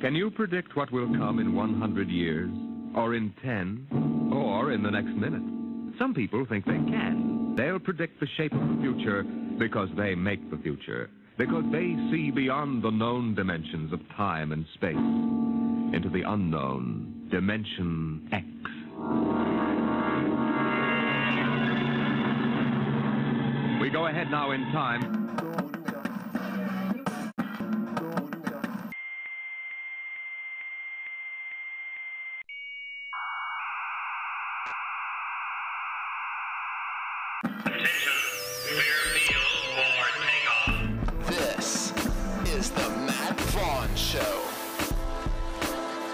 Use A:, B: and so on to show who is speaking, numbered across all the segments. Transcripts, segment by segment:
A: Can you predict what will come in 100 years, or in 10, or in the next minute? Some people think they can. They'll predict the shape of the future because they make the future, because they see beyond the known dimensions of time and space into the unknown dimension X. We go ahead now in time.
B: This is the Matt Vaughn Show.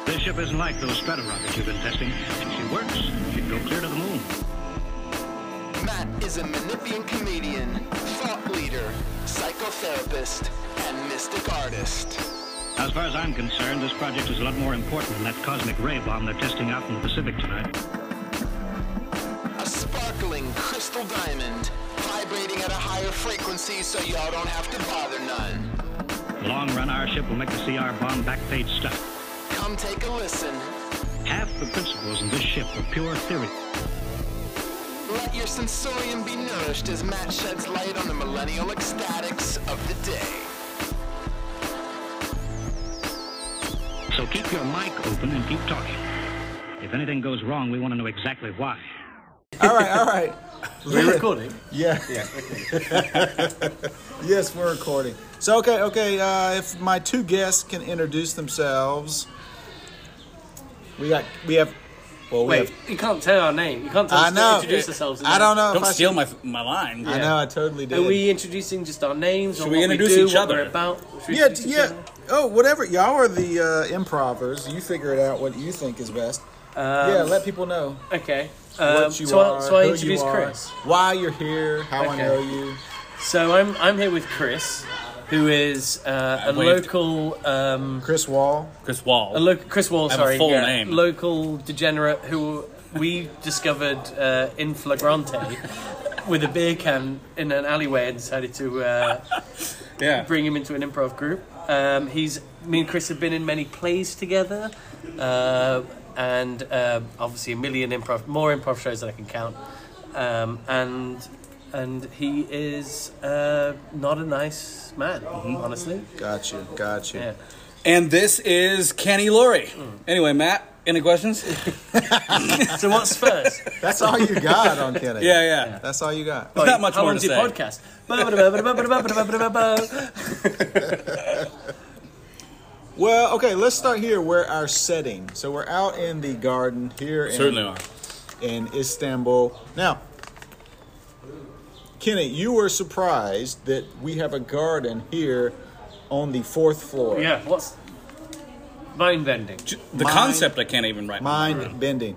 C: This ship isn't like those strata rockets you've been testing. She works. She'd go clear to the moon.
B: Matt is a Manipian comedian, thought leader, psychotherapist, and mystic artist.
C: As far as I'm concerned, this project is a lot more important than that cosmic ray bomb they're testing out in the Pacific tonight.
B: A sparkling crystal diamond, vibrating at a higher frequency so y'all don't have to bother none.
C: In the long run, our ship will make the CR bomb back page stuff.
B: Come take a listen.
C: Half the principles in this ship are pure theory.
B: Let your sensorium be nourished as Matt sheds light on the millennial ecstatics of the day.
C: So keep your mic open and keep talking. If anything goes wrong, we want to know exactly why.
D: All right, all right.
E: We're recording.
D: Yeah. yes, we're recording. So okay, okay. Uh, if my two guests can introduce themselves, we got we have. Well, we
E: Wait,
D: have.
E: you can't tell our name. You can't tell
D: I
E: us
D: know.
E: to introduce ourselves.
D: I don't know. if
F: Don't
D: I
F: steal my my line.
D: should- I know. I totally
E: should-
D: did.
E: Are we introducing just our names? or
F: Should we
E: what
F: introduce
E: do,
F: each
E: what
F: other?
E: We're about. Should we
D: yeah,
E: introduce each
D: yeah. Oh, whatever. Y'all are the uh, improvers. You figure it out what you think is best.
E: other?
D: yeah,
E: Um,
D: let people know
E: Okay.
D: what
E: Um,
D: you
E: so,
D: are,
E: I, so I
D: who you
E: introduce
D: are,
E: Chris.
D: why you're here, how I
E: Okay.
D: know you.
E: So I'm I'm here with Chris, who is uh, a
F: I waved.
E: local um,
D: Chris Wall.
F: Chris Wall.
E: a local Chris Wall.
F: I have a
E: sorry,
F: full
E: yeah,
F: name.
E: local degenerate who we discovered uh, in flagrante with a beer can in an alleyway and decided to. Uh,
F: yeah.
E: bring him into an improv group. Um, he's me and Chris have been in many plays together, uh, and uh, obviously a million improv, more improv shows than I can count. Um, and and he is uh, not a nice man,
F: Mm-hmm.
E: honestly.
D: Got you. Got you.
E: Yeah.
F: And this is Kenny Laurie. Anyway, Matt, any questions?
E: Hmm. So what's first?
D: That's all you got on Kennedy.
F: yeah, yeah.
D: That's all you got.
F: Not much
E: How
F: more
E: long's
F: to
E: your
F: say.
E: podcast? Ba-ba-da-ba-ba-da-ba-ba-da-ba-ba-da-ba.
D: Well, okay, let's start here where our setting. So we're out in the garden here in,
F: Certainly are.
D: in Istanbul. Now, Kenny, you were surprised that we have a garden here on the fourth floor.
E: yeah. What's mind bending?
F: J- The concept I can't even write.
D: Mind bending.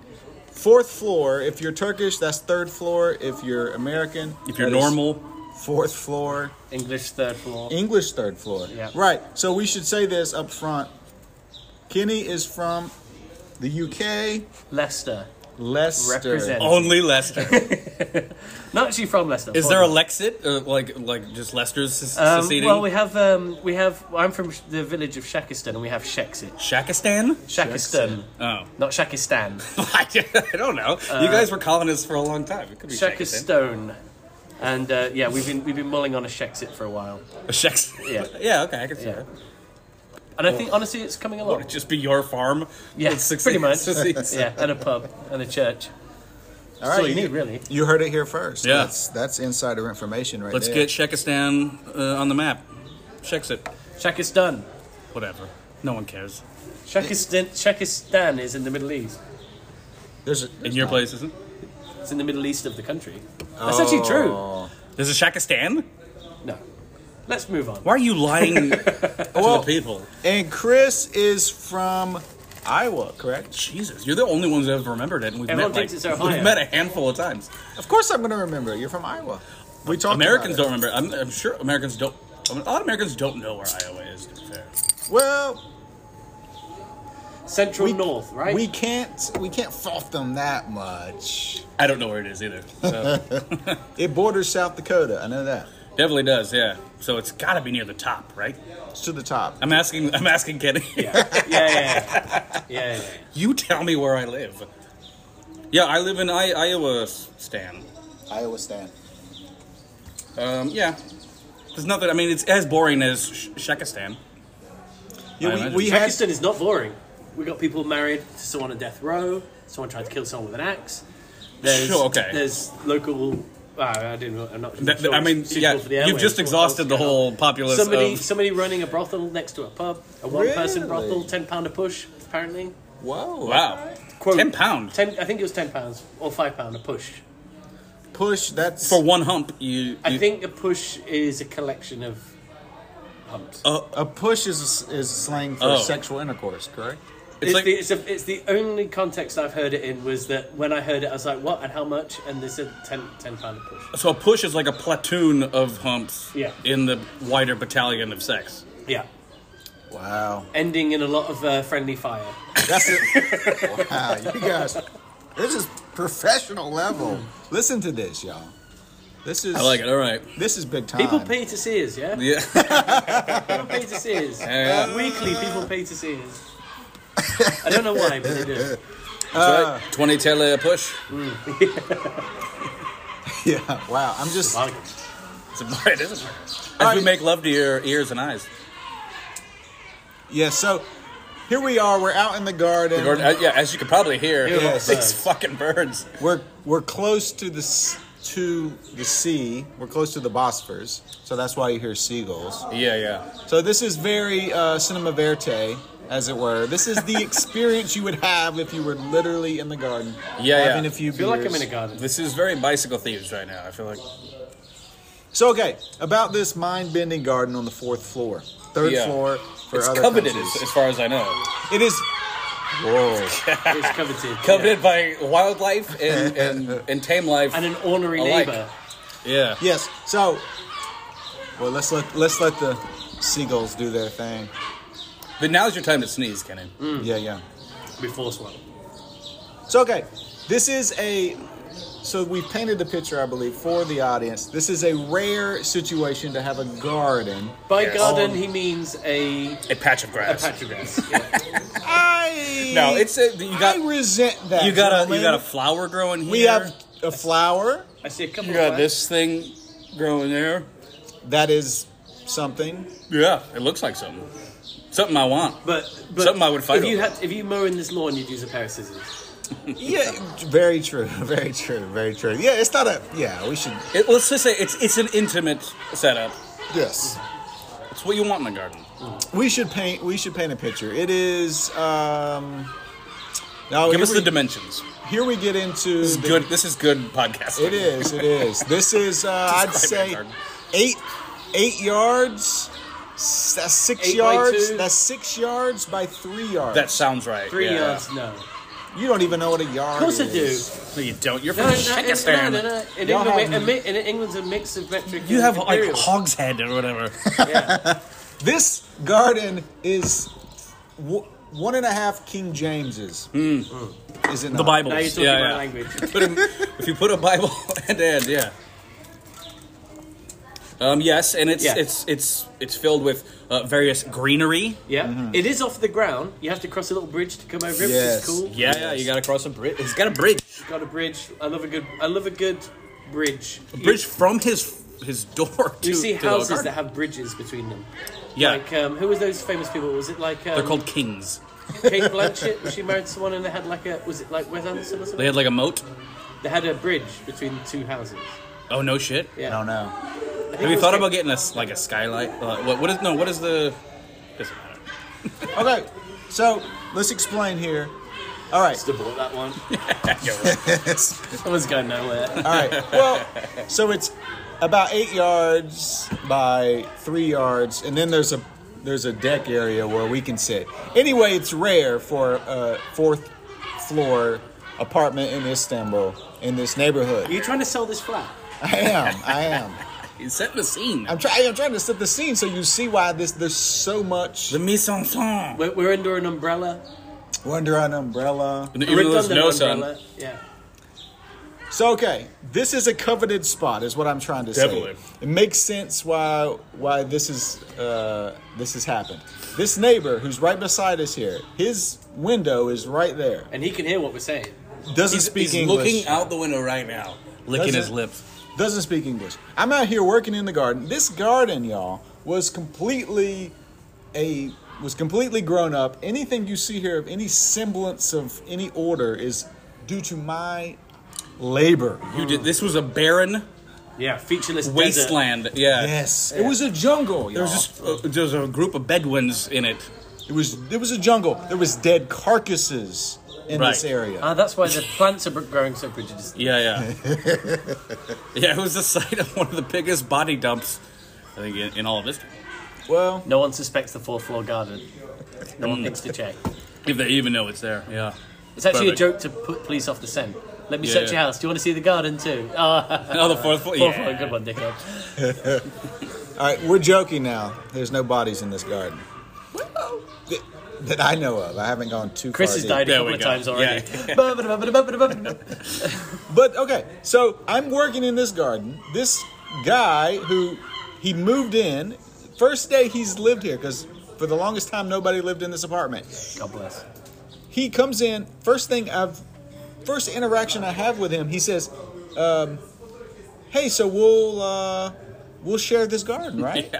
D: Fourth floor, if you're Turkish, that's third floor. If you're American,
F: If you're
D: that is
F: normal,
D: fourth floor.
E: English third floor.
D: English third floor.
E: Yeah.
D: Right. So we should say this up front. Kenny is from the UK,
E: Leicester.
D: Leicester.
E: Represent.
F: only Lester.
E: Not actually from Leicester.
F: is there a
E: Bournemouth.
F: Lexit? Or like like just Lester's se-
E: Um,
F: seceding?
E: well, we have um, we have. I'm from sh- the village of Shakistan, and we have Shexit.
F: Shakistan?
E: Shakistan,
F: Oh.
E: not Shakistan.
F: I don't know.
E: Uh,
F: you guys were colonists for a long time. It could be Shakistan.
E: Shakistone. And uh, yeah, we've been we've been mulling on a Shexit for a while.
F: Shakistan.
E: Yeah.
F: yeah, okay, I can see
E: Yeah.
F: that.
E: And I
F: Oh.
E: think honestly, it's coming
F: Would
E: along.
F: it just be your farm?
E: Yeah,
F: with succeeds-
E: pretty much.
F: succeeds?
E: yeah, and a pub and a church.
D: All
E: That's all you need, really.
D: You heard it here first.
F: Yeah.
D: That's that's insider information right
F: Let's
D: there.
F: get Shakistan uh, on the map. Shexit.
E: Shakistan.
F: Whatever. No one cares.
E: Shakistan. Shakistan is in the Middle East.
D: There's a,
F: In your place, isn't?
E: It's in the Middle East of the country. That's actually true.
F: There's a Shakistan?
E: No, let's move on.
F: Why are you lying to
D: Well-
F: the people?
D: And Chris is from Iowa, correct?
F: Jesus, you're the only ones that have remembered it. And we've
E: Everyone
F: met, like,
E: thinks it's Ohio.
F: We've met a handful of times.
D: Of course, I'm going to remember. You're from Iowa. We talked.
F: Americans
D: about
F: don't remember. I'm, I'm sure Americans don't. I mean, a lot of Americans don't know where Iowa is. To be fair,
D: don't. Well,
E: Central North, right?
D: we can't we can't fault them that much.
F: I don't know where it is either. So.
D: It borders South Dakota. I know that.
F: Definitely does, yeah. So it's got to be near the top, right?
D: It's to the top.
F: I'm asking. I'm asking Kenny.
E: yeah, yeah, yeah. yeah, yeah.
F: you tell me where I live. Yeah, I live in I- Iowa, Stan.
D: Iowa stand.
F: Um, yeah. There's nothing. I mean, it's as boring as Sh- Shekistan. I
D: Yeah, we,
F: imagine.
D: we had
E: Pakistan is not boring. We got people married to someone on death row. Someone tried to kill someone with an axe. There's,
F: Sure, okay.
E: There's local. Uh, I didn't. I'm not.
F: That-
E: sure
F: I
E: it's
F: mean,
E: suitable
F: yeah,
E: for the
F: you've
E: airwaves,
F: just
E: what
F: exhausted
E: else
F: the
E: going
F: whole
E: on.
F: populace
E: Somebody,
F: of-
E: somebody running a brothel next to a pub, a
D: Really?
E: one-person brothel, ten pound a push, apparently.
D: whoa.
F: Wow.
D: alright.
E: Quote,
F: Ten pounds
E: Ten, I think it was ten pounds or five pound a push.
D: Push. That's
F: for one hump. You.
E: I
F: you-
E: think a push is a collection of humps.
D: a push is is slang for
F: Oh.
D: sexual intercourse, correct?
F: It's
E: It's,
F: like-
E: the, it's, a, it's the only context I've heard it in was that when I heard it, I was like, what and how much? And they said 10, 10 pound a push.
F: So a push is like a platoon of humps.
E: Yeah.
F: In the wider battalion of sex.
E: Yeah.
D: Wow.
E: Ending in a lot of uh, friendly fire.
D: That's it. wow, you guys. This is professional level. Listen to this, y'all. This is
F: I like it. All right.
D: This is big time.
E: People pay to see us, yeah?
F: Ah. Yeah.
E: People pay to see us.
F: Yeah,
E: Weekly, people pay to see us. I don't know why, but they do.
F: That's
E: Ah.
F: right. Twenty tele a push.
D: Yeah. Wow. I'm just.
E: Bargain.
F: It's a- it is a- As
D: right.
F: we make love to your ears and eyes.
D: Yeah. So here we are. We're out in the garden.
F: Or, uh, yeah, as you can probably hear,
E: Hear
D: those
F: these
E: birds.
F: fucking birds.
D: We're we're close to the s- to the sea. We're close to the Bosphorus, so that's why you hear seagulls.
F: Yeah, yeah.
D: So this is very uh, cinema verte, as it were. This is the experience you would have if you were literally in the garden.
F: Yeah, yeah.
D: having a few
E: I feel like I'm
D: beers.
E: in a garden.
F: This is very bicycle thieves right now. I feel like
D: So okay, about this mind-bending garden on the fourth floor, third
F: Yeah.
D: floor for
F: it's
D: other
F: coveted,
D: countries.
F: as, as far as I know.
D: It is. Whoa.
E: It's coveted.
F: Coveted by wildlife and, and, and tame life.
E: yeah. And an ornery
F: Alike.
E: neighbour.
F: yeah.
D: Yes. So, well, let's let let's let the seagulls do their thing.
F: But now's your time to sneeze, Kenny.
E: Mm.
D: Yeah, yeah.
E: We force one.
D: So okay, this is a. So we painted the picture, I believe, for the audience. This is a rare situation to have a garden.
E: By
F: Yes.
E: garden, he means a,
F: A patch of
E: a
F: grass.
E: patch of grass. Yeah.
D: I
F: No, it's a, you got
D: I resent that.
F: you got a you
D: gentlemen.
F: got a flower growing here.
D: We have a flower
E: I see a couple
F: you
E: of
F: got
E: flags.
F: this thing growing there.
D: that is something.
F: Yeah, it looks like something. Something I want.
E: But, but
F: Something I would fight
E: if you
F: over.
E: had if you mow in this lawn, you'd use a pair of scissors.
D: Yeah, very true. Very true. Very true. Yeah, it's not a. Yeah, we should.
F: It, let's just say it's it's an intimate setup.
D: Yes.
F: It's what you want in a garden.
D: We should paint. We should paint a picture. It is. Um, now
F: Give
D: here
F: us the
D: we-
F: dimensions.
D: Here we get into.
F: This is
D: the-
F: good. This is good podcasting.
D: It is. It is. This is. Uh, I'd
F: Describe
D: say
F: your garden.
D: eight eight yards. s- That's six
E: Eight by
D: yards.
E: two.
D: That's six yards by three yards.
F: That sounds right.
E: Three uh,
F: yeah.
E: yards, no.
D: you don't even know what a yard.
E: Of course I do.
D: is.
F: No, you don't. You're
E: No,
F: from
E: no, it's- no,
F: Shekistan.
E: no, no. In,
D: Y'all
E: England,
D: have-
E: a mi- in England's a mix of metric.
F: You
E: and
F: have like
E: imperial.
F: hogshead or whatever.
E: Yeah.
D: This garden is w- one and a half King Jameses.
E: Hmm.
D: Is it not?
F: the Bible.
E: now you're talking
F: yeah,
E: my
F: yeah.
E: language.
F: Put a- if you put a Bible end to end, yeah. Um, yes, and it's
E: Yeah.
F: it's it's it's filled with uh, various greenery.
E: Yeah,
F: Mm-hmm.
E: It is off the ground. You have to cross a little bridge to come over it, which
D: Yes.
E: is cool.
F: Yeah, yeah. You got to cross a bridge. He's got a bridge.
E: Got a bridge. I love a good. I love a good bridge.
F: A bridge from his his door to
E: You, you see
F: to the
E: houses
F: garden.
E: that have bridges between them.
F: yeah.
E: Like um, who was those famous people? Was it like um,
F: They're called kings.
E: Kate Blanchett? Was she married to someone and they had like a was it like Wes Anderson or something?
F: They had like a moat.
E: They had a bridge between the two houses.
F: Oh no shit.
E: Yeah.
D: I don't know.
F: Have you thought about getting a s- like a skylight? Uh, what, what is no? What is the? Doesn't matter.
D: Okay, so let's explain here. All right.
E: to bought that one?
F: Yeah, right.
E: That one's going nowhere.
D: All right. Well, so it's about eight yards by three yards, and then there's a there's a deck area where we can sit. Anyway, it's rare for a fourth floor apartment in Istanbul in this
E: Are
D: neighborhood.
E: you trying to sell this flat?
D: I am. I am.
F: He's setting the scene.
D: I'm trying. I'm trying to set the scene so you see why this there's so much.
F: the mise en scène.
E: We're, we're under an umbrella.
D: We're under an umbrella.
F: Even
E: We're
F: though there's
E: under
F: no
E: an
F: sun.
E: umbrella. Yeah.
D: So okay, this is a coveted spot, is what I'm trying to
F: Definitely.
D: say. It makes sense why why this is uh, this has happened. This neighbor who's right beside us here, his window is right there.
E: And he can hear what we're saying.
D: Doesn't
F: He's,
D: speak
F: he's
D: English.
F: looking out the window right now, licking
D: Does
F: his
D: it?
F: lips.
D: doesn't speak English. I'm out here working in the garden. This garden, y'all, was completely a was completely grown up. Anything you see here of any semblance of any order is due to my labor.
F: You did. This was a barren
E: Yeah, featureless
F: wasteland. Yeah.
D: Yes, it was a jungle, y'all.
F: There was just uh, there was a group of Bedouins in it.
D: it was it was a jungle. There was dead carcasses in this
F: Right.
D: area.
E: Ah, that's why the plants are growing so prejudiced.
F: Yeah, yeah, yeah. It was the site of one of the biggest body dumps, I think, in, in all of history,
D: well,
E: No one suspects the fourth floor garden. No
F: Hmm.
E: one thinks to check.
F: if they even know it's there. Yeah.
E: It's actually a
F: Perfect.
E: joke to put police off the scent. Let me
F: Yeah,
E: search
F: yeah.
E: your house. Do you want to see the garden too? Ah,
F: Oh, the fourth floor.
E: fourth
F: Yeah.
E: floor, good one, dickhead.
D: all right, we're joking now. There's no bodies in this garden. That- That I know of. I haven't gone too
E: Chris
D: far.
E: has
D: deep.
E: died a
F: There
E: couple
F: we
E: of
F: go.
E: times already.
D: But okay, so I'm working in this garden. This guy who he moved in first day he's lived here because for the longest time nobody lived in this apartment.
E: God bless.
D: He comes in first thing I've first interaction I have with him. He says, um, "Hey, so we'll uh, we'll share this garden, right?"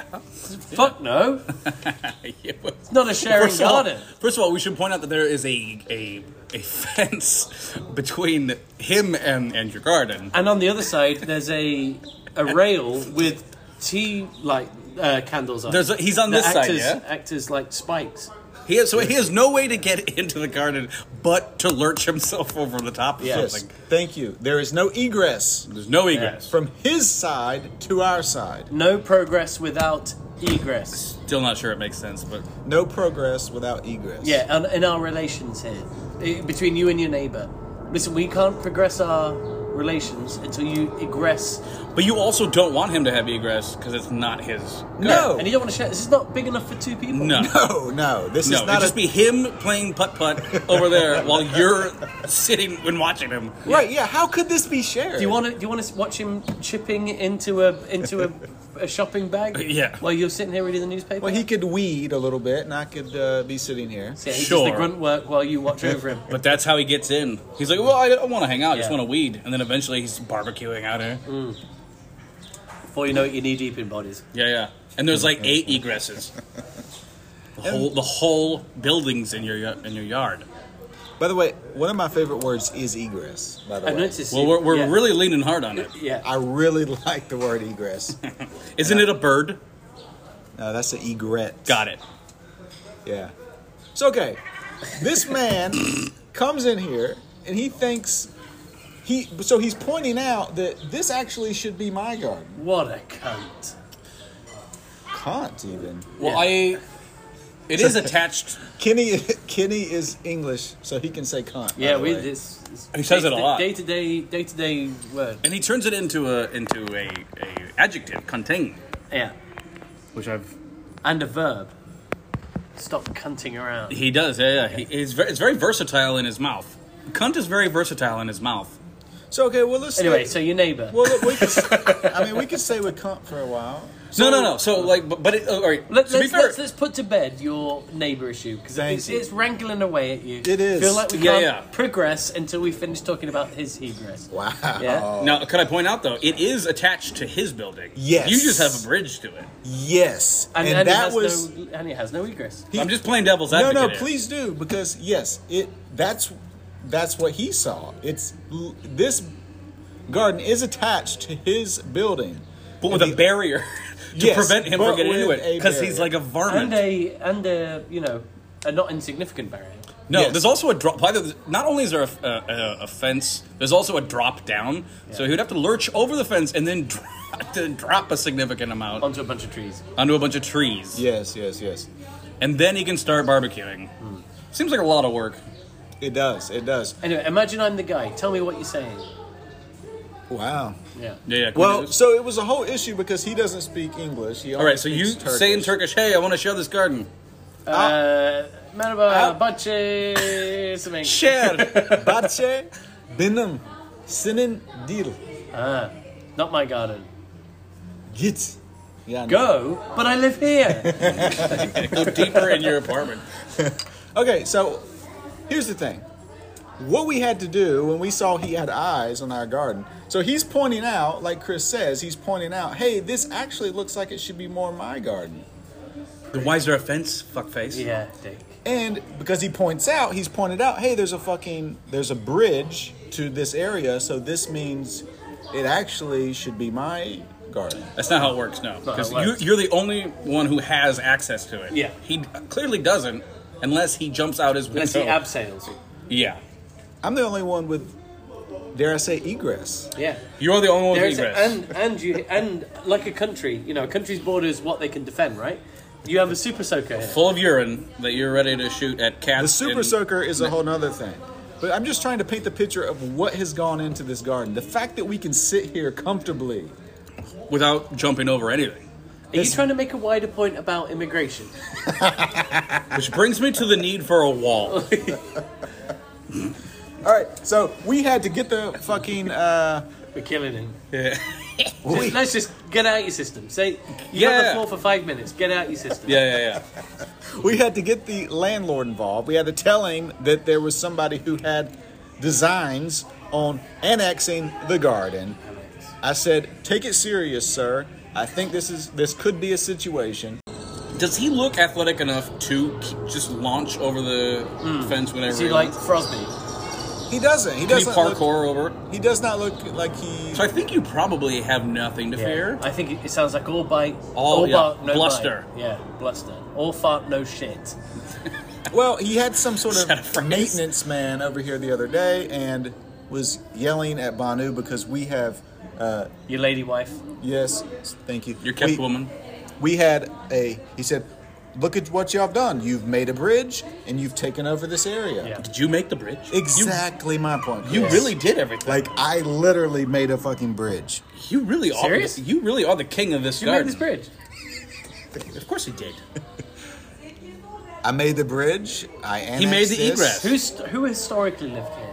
E: Fuck no.
F: It was-
E: Not a sharing
F: First of all-
E: garden.
F: first of all, we should point out that there is a a, a fence between him and, and your garden.
E: And on the other side, there's a a rail with tea light uh, candles on.
F: There's a-
E: it
F: he's on
E: that
F: this
E: act
F: side,
E: as-
F: yeah?
E: act as, like spikes.
F: He has, so he has no way to get into the garden but to lurch himself over the top of
D: Yes,
F: something.
D: thank you. There is no egress
F: There's no egress.
D: from his side to our side.
E: No progress without egress.
F: Still not sure it makes sense, but
D: No progress without egress.
E: Yeah, and in our relations here, i- between you and your neighbour. Listen, we can't progress our relations until you egress.
F: but you also don't want him to have egress because it's not his.
D: No.
E: And you don't want to share. This is not big enough for two people.
F: No. No.
D: No, no. This is
F: it'd
D: not
F: just
D: a
F: be him playing putt putt over there while you're sitting and watching him.
D: Right, yeah. How could this be shared?
E: Do you want to? Do you want to watch him chipping into a into a, a shopping bag?
F: Yeah.
E: While you're sitting here reading the newspaper.
D: Well, he could weed a little bit, and I could uh, be sitting here.
E: Yeah, he does
F: Sure.
E: the grunt work while you watch over him.
F: But that's how he gets in. He's like, well, I don't want to hang out. I just
E: Yeah.
F: want to weed. And then eventually he's barbecuing out here.
E: Before you know it, you're knee deep in bodies.
F: Yeah, yeah. And there's like eight egresses. The whole, the whole building's in your y- in your yard.
D: By the way, one of my favorite words is egress. By the
E: I've
D: way,
E: noticed.
F: Well, we're, we're
E: yeah.
F: really leaning hard on it.
E: Yeah.
D: I really like the word egress.
F: Isn't it a bird?
D: No, that's an egret.
F: Got it.
D: Yeah. So okay, this man comes in here, and he thinks he. So he's pointing out that this actually should be my garden.
E: What a cunt.
D: Can't even.
F: Well, I. It is attached.
D: Kenny Kenny is English, so he can say cunt. by
E: Yeah,
D: the
E: we.
D: way.
E: It's, it's
F: He says it a lot.
E: Day to day, day to day word.
F: And he turns it into a into a, a adjective, contain,
E: Yeah,
F: which I've
E: and a verb. Stop cunting around.
F: He does, yeah. yeah. He, he's very, it's very versatile in his mouth. Cunt is very versatile in his mouth.
D: So okay, well let's
E: Anyway, so your neighbour.
D: Well, look, we could, I mean, we could stay with cunt for a while.
F: No, no, no. So like, but, but it, oh, all right.
E: Let,
F: to be
E: let's,
F: fair,
E: let's, let's put to bed your neighbour issue because
D: Thank
E: it's,
D: you.
E: it's wrangling away at you.
D: It is.
E: Feel like we
F: Yeah,
E: can't
F: yeah.
E: progress until we finish talking about his egress.
D: Wow.
E: Yeah.
F: now could I point out though, it is attached to his building.
D: Yes.
F: You just have a bridge to it.
D: Yes,
E: And,
D: and,
E: and, it
D: that
E: has
D: was
E: no, and it has no egress.
F: I'm just playing devil's
D: no,
F: advocate.
D: no.
F: here.
D: Please do because yes, it that's that's what he saw. It's l- this garden is attached to his building.
F: But with a barrier to
D: Yes,
F: prevent him
D: but
F: from getting into
D: with
F: it
D: a
F: because he's
D: barrier.
F: like a
E: And
F: varmint.
E: a and a you know a not insignificant barrier.
F: no,
D: Yes.
F: there's also a drop. By the, not only is there a, a, a, a fence, there's also a drop down. So he would have to lurch over the fence and then drop, then drop a significant amount
E: onto a bunch of trees.
F: onto a bunch of trees.
D: Yes, yes, yes.
F: and then he can start barbecuing. Seems like a lot of work.
D: It does. It does.
E: Anyway, imagine I'm the guy. Tell me what you're saying.
D: Wow.
E: Yeah.
F: Yeah. yeah can we do
D: Well,
F: this?
D: so it was a whole issue because he doesn't speak English. He
F: all
D: only
F: right. So you
D: speaks Turkish. Ah,
F: say in Turkish, "Hey, I want to share this garden."
E: Uh, merhaba,
D: Out.
E: bahçe, something.
F: Uh, Share.
D: Bahçe benim. Sinnen dir
E: Not my garden.
D: git. Yeah. I know.
E: Go, but I live here.
F: Go deeper in your apartment.
D: Okay, so here's the thing. What we had to do when we saw he had eyes on our garden. So he's pointing out, like Chris says, he's pointing out, hey, this actually looks like it should be more my garden.
F: Then why is there a fence, fuckface?
E: yeah, Dick.
D: And because he points out, he's pointed out, hey, there's a fucking there's a bridge to this area, so this means it actually should be my garden.
F: That's not how it works, no.
E: how it
F: Because
E: works.
F: you, are the only one who has access to it.
E: Yeah.
F: He d- clearly doesn't, unless he jumps out his window.
E: Let's see abseils.
F: yeah.
D: I'm the only one with dare I say egress.
E: Yeah.
F: You're the only one
E: There's
F: with
E: a,
F: egress.
E: and and you and like a country, you know, a country's border is what they can defend, right? You have a super soaker here.
F: Full of urine that you're ready to shoot at cats.
D: The super
F: and-
D: soaker is a whole nother thing. But I'm just trying to paint the picture of what has gone into this garden. The fact that we can sit here comfortably
F: without jumping over anything.
E: Are you trying to make a wider point about immigration?
F: Which brings me to the need for a wall.
D: All right, so we had to get the fucking. Uh,
E: We're killing him.
D: we-
E: Let's just get out your system. Say you got the
F: Yeah.
E: floor for five minutes. Get out your system.
F: Yeah, yeah, yeah.
D: we had to get the landlord involved. We had to tell him that there was somebody who had designs on annexing the garden. I said, "Take it serious, sir. I think this is this could be a situation."
F: Does he look athletic enough to k- just launch over the fence whenever
E: Hmm. Is he
F: he
E: like
F: wants?
E: Frosby?
D: He doesn't. He
F: Can he
D: doesn't. look,
F: parkour over?
D: he does not look like he.
F: So I think you probably have nothing to fear.
E: I think it, it sounds like all bite,
F: All-
E: all
F: yeah,
E: bark, no
F: bluster.
E: Bite. Yeah, bluster. All fart, no shit.
D: Well, he had some sort
F: Is that a
D: of
F: phrase?
D: maintenance man over here the other day and was yelling at Banu because we have. Uh,
E: Your lady wife.
D: yes, thank you.
F: Your kept
D: We-
F: woman.
D: we had a he said look at what y'all have done you've made a bridge and you've taken over this area
E: Yeah.
F: Did you make the bridge?
D: exactly my point
F: You, you
D: Chris.
F: really did everything.
D: like i literally made a fucking bridge
F: you really are.
E: Serious?
F: You really are the king of this
E: Did you make
F: garden.
E: this bridge?
F: Of course he did.
D: i made the bridge i annexed
F: made the
D: this.
F: egress.
E: Who's who historically lived here?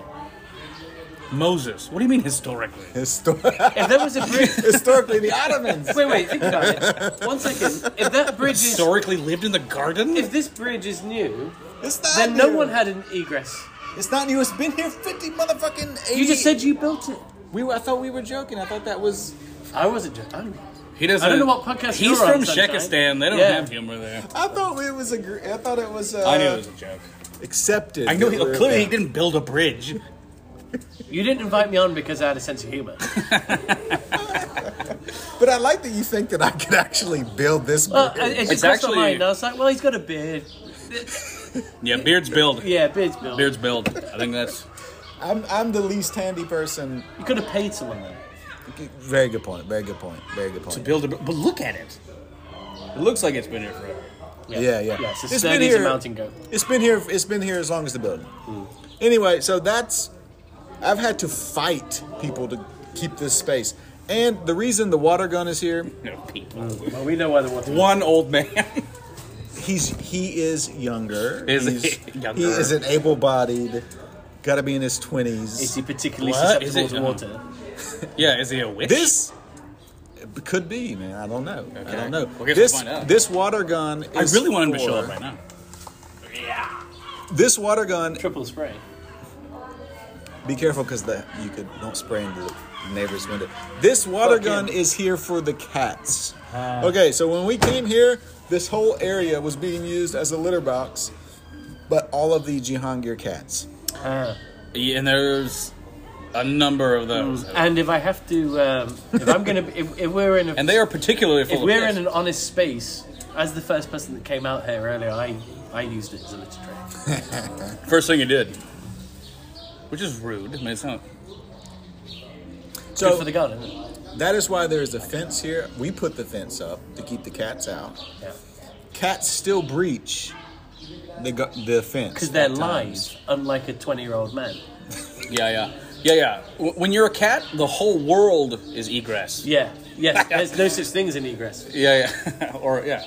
F: Moses. What do you mean historically?
D: Histo-
E: If there was a bridge,
D: historically the ottomans
E: wait, wait, think about it. One second. If that bridge is,
F: Historically lived in the garden?
E: if this bridge is new,
D: it's not
E: then no
D: new.
E: one had an egress.
D: it's not new it's been here 50 motherfucking 80
E: You just said you built it.
D: we were, i thought we were joking i thought that was
E: I wasn't joking. I'm-
F: he doesn't.
E: I don't know what podcast
F: He's
E: you're on,
F: from
E: Sunshine.
F: Shekistan. They don't
E: Yeah.
F: have humor there.
D: i thought it was a gr- i thought it was uh,
F: I knew it was a joke.
D: accepted
F: I knew
D: that
F: he,
D: we're-
F: clearly he didn't build a bridge.
E: You didn't invite me on because I had a sense of humor.
D: but i like that you think that i could actually build this
E: Well, uh,
D: bridge.
E: it just
F: It's
E: crossed
F: actually-
E: my mind. I was like, well, he's got a beard.
F: Yeah, beards build.
E: Yeah, beard's built.
F: Beards build. I think that's
D: I'm I'm the least handy person.
E: You could have paid someone then.
D: Very good point. Very good point. Very good point.
F: build a. But look at it. It looks like it's been here forever.
D: Yeah, yeah.
E: Yeah, it's as
D: It's been
E: sturdy as a
D: here-
E: mountain goat.
D: It's been here. It's been here as long as the building.
F: Hmm.
D: Anyway, so that's I've had to fight people to keep this space, and the reason the water gun is here,
F: No people.
E: Well, we know why the water.
F: One old man.
D: he's he is younger.
F: Is he
D: He's-
F: younger?
D: He is an able-bodied. Got to be in his twenties.
E: Is he particularly
F: What?
E: susceptible
F: Is it-
E: to water?
F: yeah, is he a witch?
D: This could be, man. I don't know. I don't know.
F: Well, guess we'll
D: this
F: find out.
D: this water gun.
F: I
D: is
F: really want him to
D: for-
F: show up right now.
D: This water gun
E: Triple spray.
D: Be careful because the you could don't spray into the neighbor's window. This water
E: Fuck him.
D: gun is here for the cats. okay, so when we came here, this whole area was being used as a litter box, but all of the Jihangir cats.
F: Yeah, and there's a number of those,
E: And if I have to, um, if I'm gonna, be- if, if we're in a,
F: and they are particularly full
E: if
F: of
E: we're
F: piss.
E: in an honest space, as the first person that came out here earlier, I, I used it as a litter tray.
F: First thing you did, which is rude. I mean, it's not.
E: Good
D: So
E: for the garden. isn't it?
D: that is why there is a fence here. We put the fence up to keep the cats out.
E: Yeah.
D: Cats still breach the gu- the fence
E: Because they're
D: at
E: live,
D: times.
E: unlike a 20 year old man.
F: Yeah, yeah, yeah, yeah. W- When you're a cat, the whole world is egress.
E: Yeah, yes, there's no such thing as an egress.
F: Yeah, yeah, or yeah.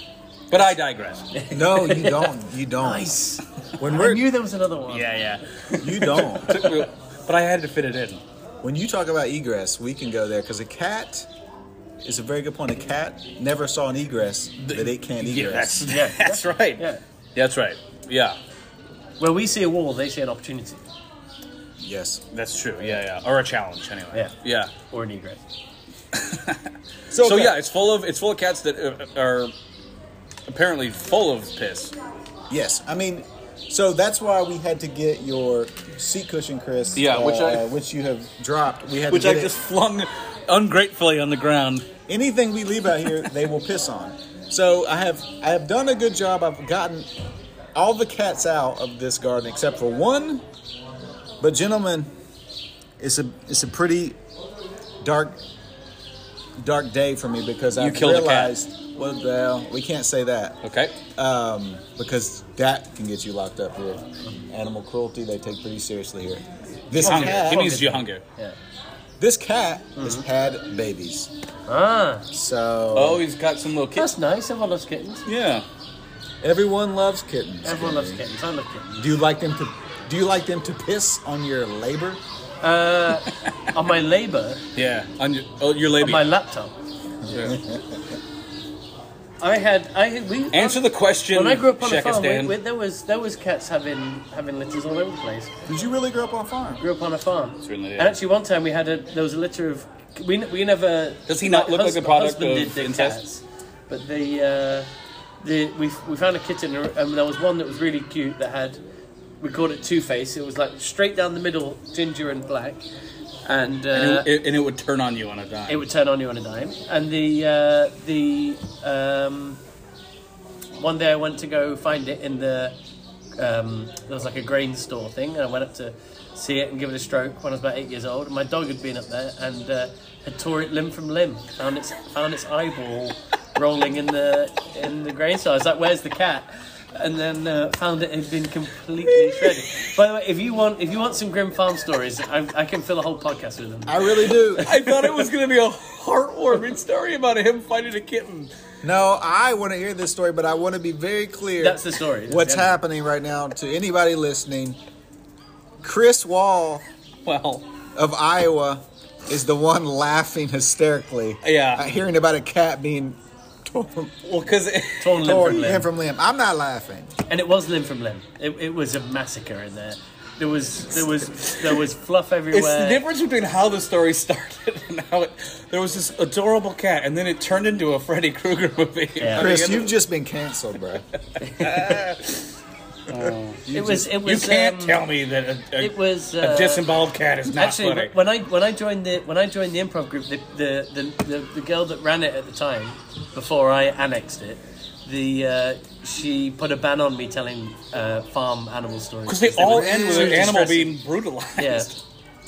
F: But I digress. Yeah,
D: No, you don't. You don't.
E: Nice.
D: When
E: I
D: we're
E: knew there was another one.
F: yeah.
D: you don't.
F: but I had to fit it in.
D: When you talk about egress, we can go there because a cat is a very good point. A cat never saw an egress that it can't
F: Yeah, that's,
D: egress.
F: yeah, that's right.
E: Yeah.
F: That's right. Yeah,
E: Where we see a wall, they see an opportunity
D: Yes.
F: that's true. Yeah, yeah. Or a challenge, anyway.
E: Yeah.
F: Yeah.
E: or an egress.
F: So
D: okay.
F: yeah, it's full of it's full of cats that uh, are apparently full of piss.
D: Yes, I mean, so that's why we had to get your seat cushion, Chris.
F: Yeah, which
D: uh,
F: I-
D: which you have dropped. We had
F: which
D: to
F: I
D: get it.
F: just flung ungratefully on the ground.
D: anything we leave out here, they will piss on. So I have I have done a good job. I've gotten all the cats out of this garden except for one. But gentlemen, it's a it's a pretty dark dark day for me because I
F: killed a cat.
D: realized well, well we can't say that
F: Okay.
D: um, because that can get you locked up here. Animal cruelty they take pretty seriously here. This
F: Hunger.
D: cat,
F: He means you hunger.
D: this cat has had babies.
E: Ah,
D: So
F: Mm-hmm. Oh, he's got some little kids.
E: that's nice. Everyone loves kittens.
F: Yeah.
D: everyone loves kittens.
E: Everyone
D: Gary.
E: loves kittens. I love kittens.
D: Do you like them to? Do you like them to piss on your labor?
E: Uh, On my labor,
F: Yeah. On your, oh, your
E: on
F: labia.
E: my laptop. I had I had, we
F: Answer the question.
E: when I grew up on a farm. We,
F: Shekistan.
E: we, there was there was cats having having litters all over the place.
D: Did you really grow up on a farm?
E: Grew up on a farm.
F: Certainly did.
E: And actually, one time we had a there was a litter of we n- we never.
F: Does he not
E: my
F: look like the product
E: husband
F: of
E: did the
F: incest?
E: cats, but the uh, the we we found a kitten and there was one that was really cute that had we called it Two Face. It was like straight down the middle, ginger and black, and. Uh,
F: and, it, and it would turn on you on a dime.
E: it would turn on you on a dime. And the uh, the um, one day I went to go find it in the um, there was like a grain store thing, and I went up to see it and give it a stroke when I was about eight years old. And my dog had been up there and uh, had tore it limb from limb. Found its found its eyeball rolling in the in the grain store. I was like, "Where's the cat?" And then uh, found it had been completely shredded. By the way, if you want if you want some grim farm stories, I, I can fill a whole podcast with them.
D: I really do.
F: I thought it was going to be a heartwarming story about him fighting a kitten.
D: no, I want to hear this story, but I want to be very clear.
E: That's the story. That's
D: What's
E: the end.
D: happening right now to anybody listening? Chris Wall
F: Well,
D: of Iowa is the one laughing hysterically.
F: Yeah.
D: at hearing about a cat being torn,
F: well, because
E: Torn limb
D: torn
E: from limb.
D: limb from limb. I'm not laughing.
E: and it was limb from limb. It, it was a massacre in there. There was there was there was fluff
F: It's the
E: everywhere.
F: difference between how the story started and how it. There was this adorable cat, and then it turned into a Freddy Krueger movie.
E: Yeah.
D: Chris, you've just been canceled, bro.
E: it was it
F: you
E: was.
F: can't
E: um,
F: tell me that a, a,
E: It was
F: a
E: uh,
F: disemboweled cat is not
E: Actually,
F: funny.
E: when I when I joined the when I joined the improv group, the the, the, the, the girl that ran it at the time, before I annexed it, the uh, she put a ban on me telling uh, farm animal stories
F: Because they all
D: were
F: end with
D: really
F: an animal
E: distressing.
F: being brutalized.
E: yeah.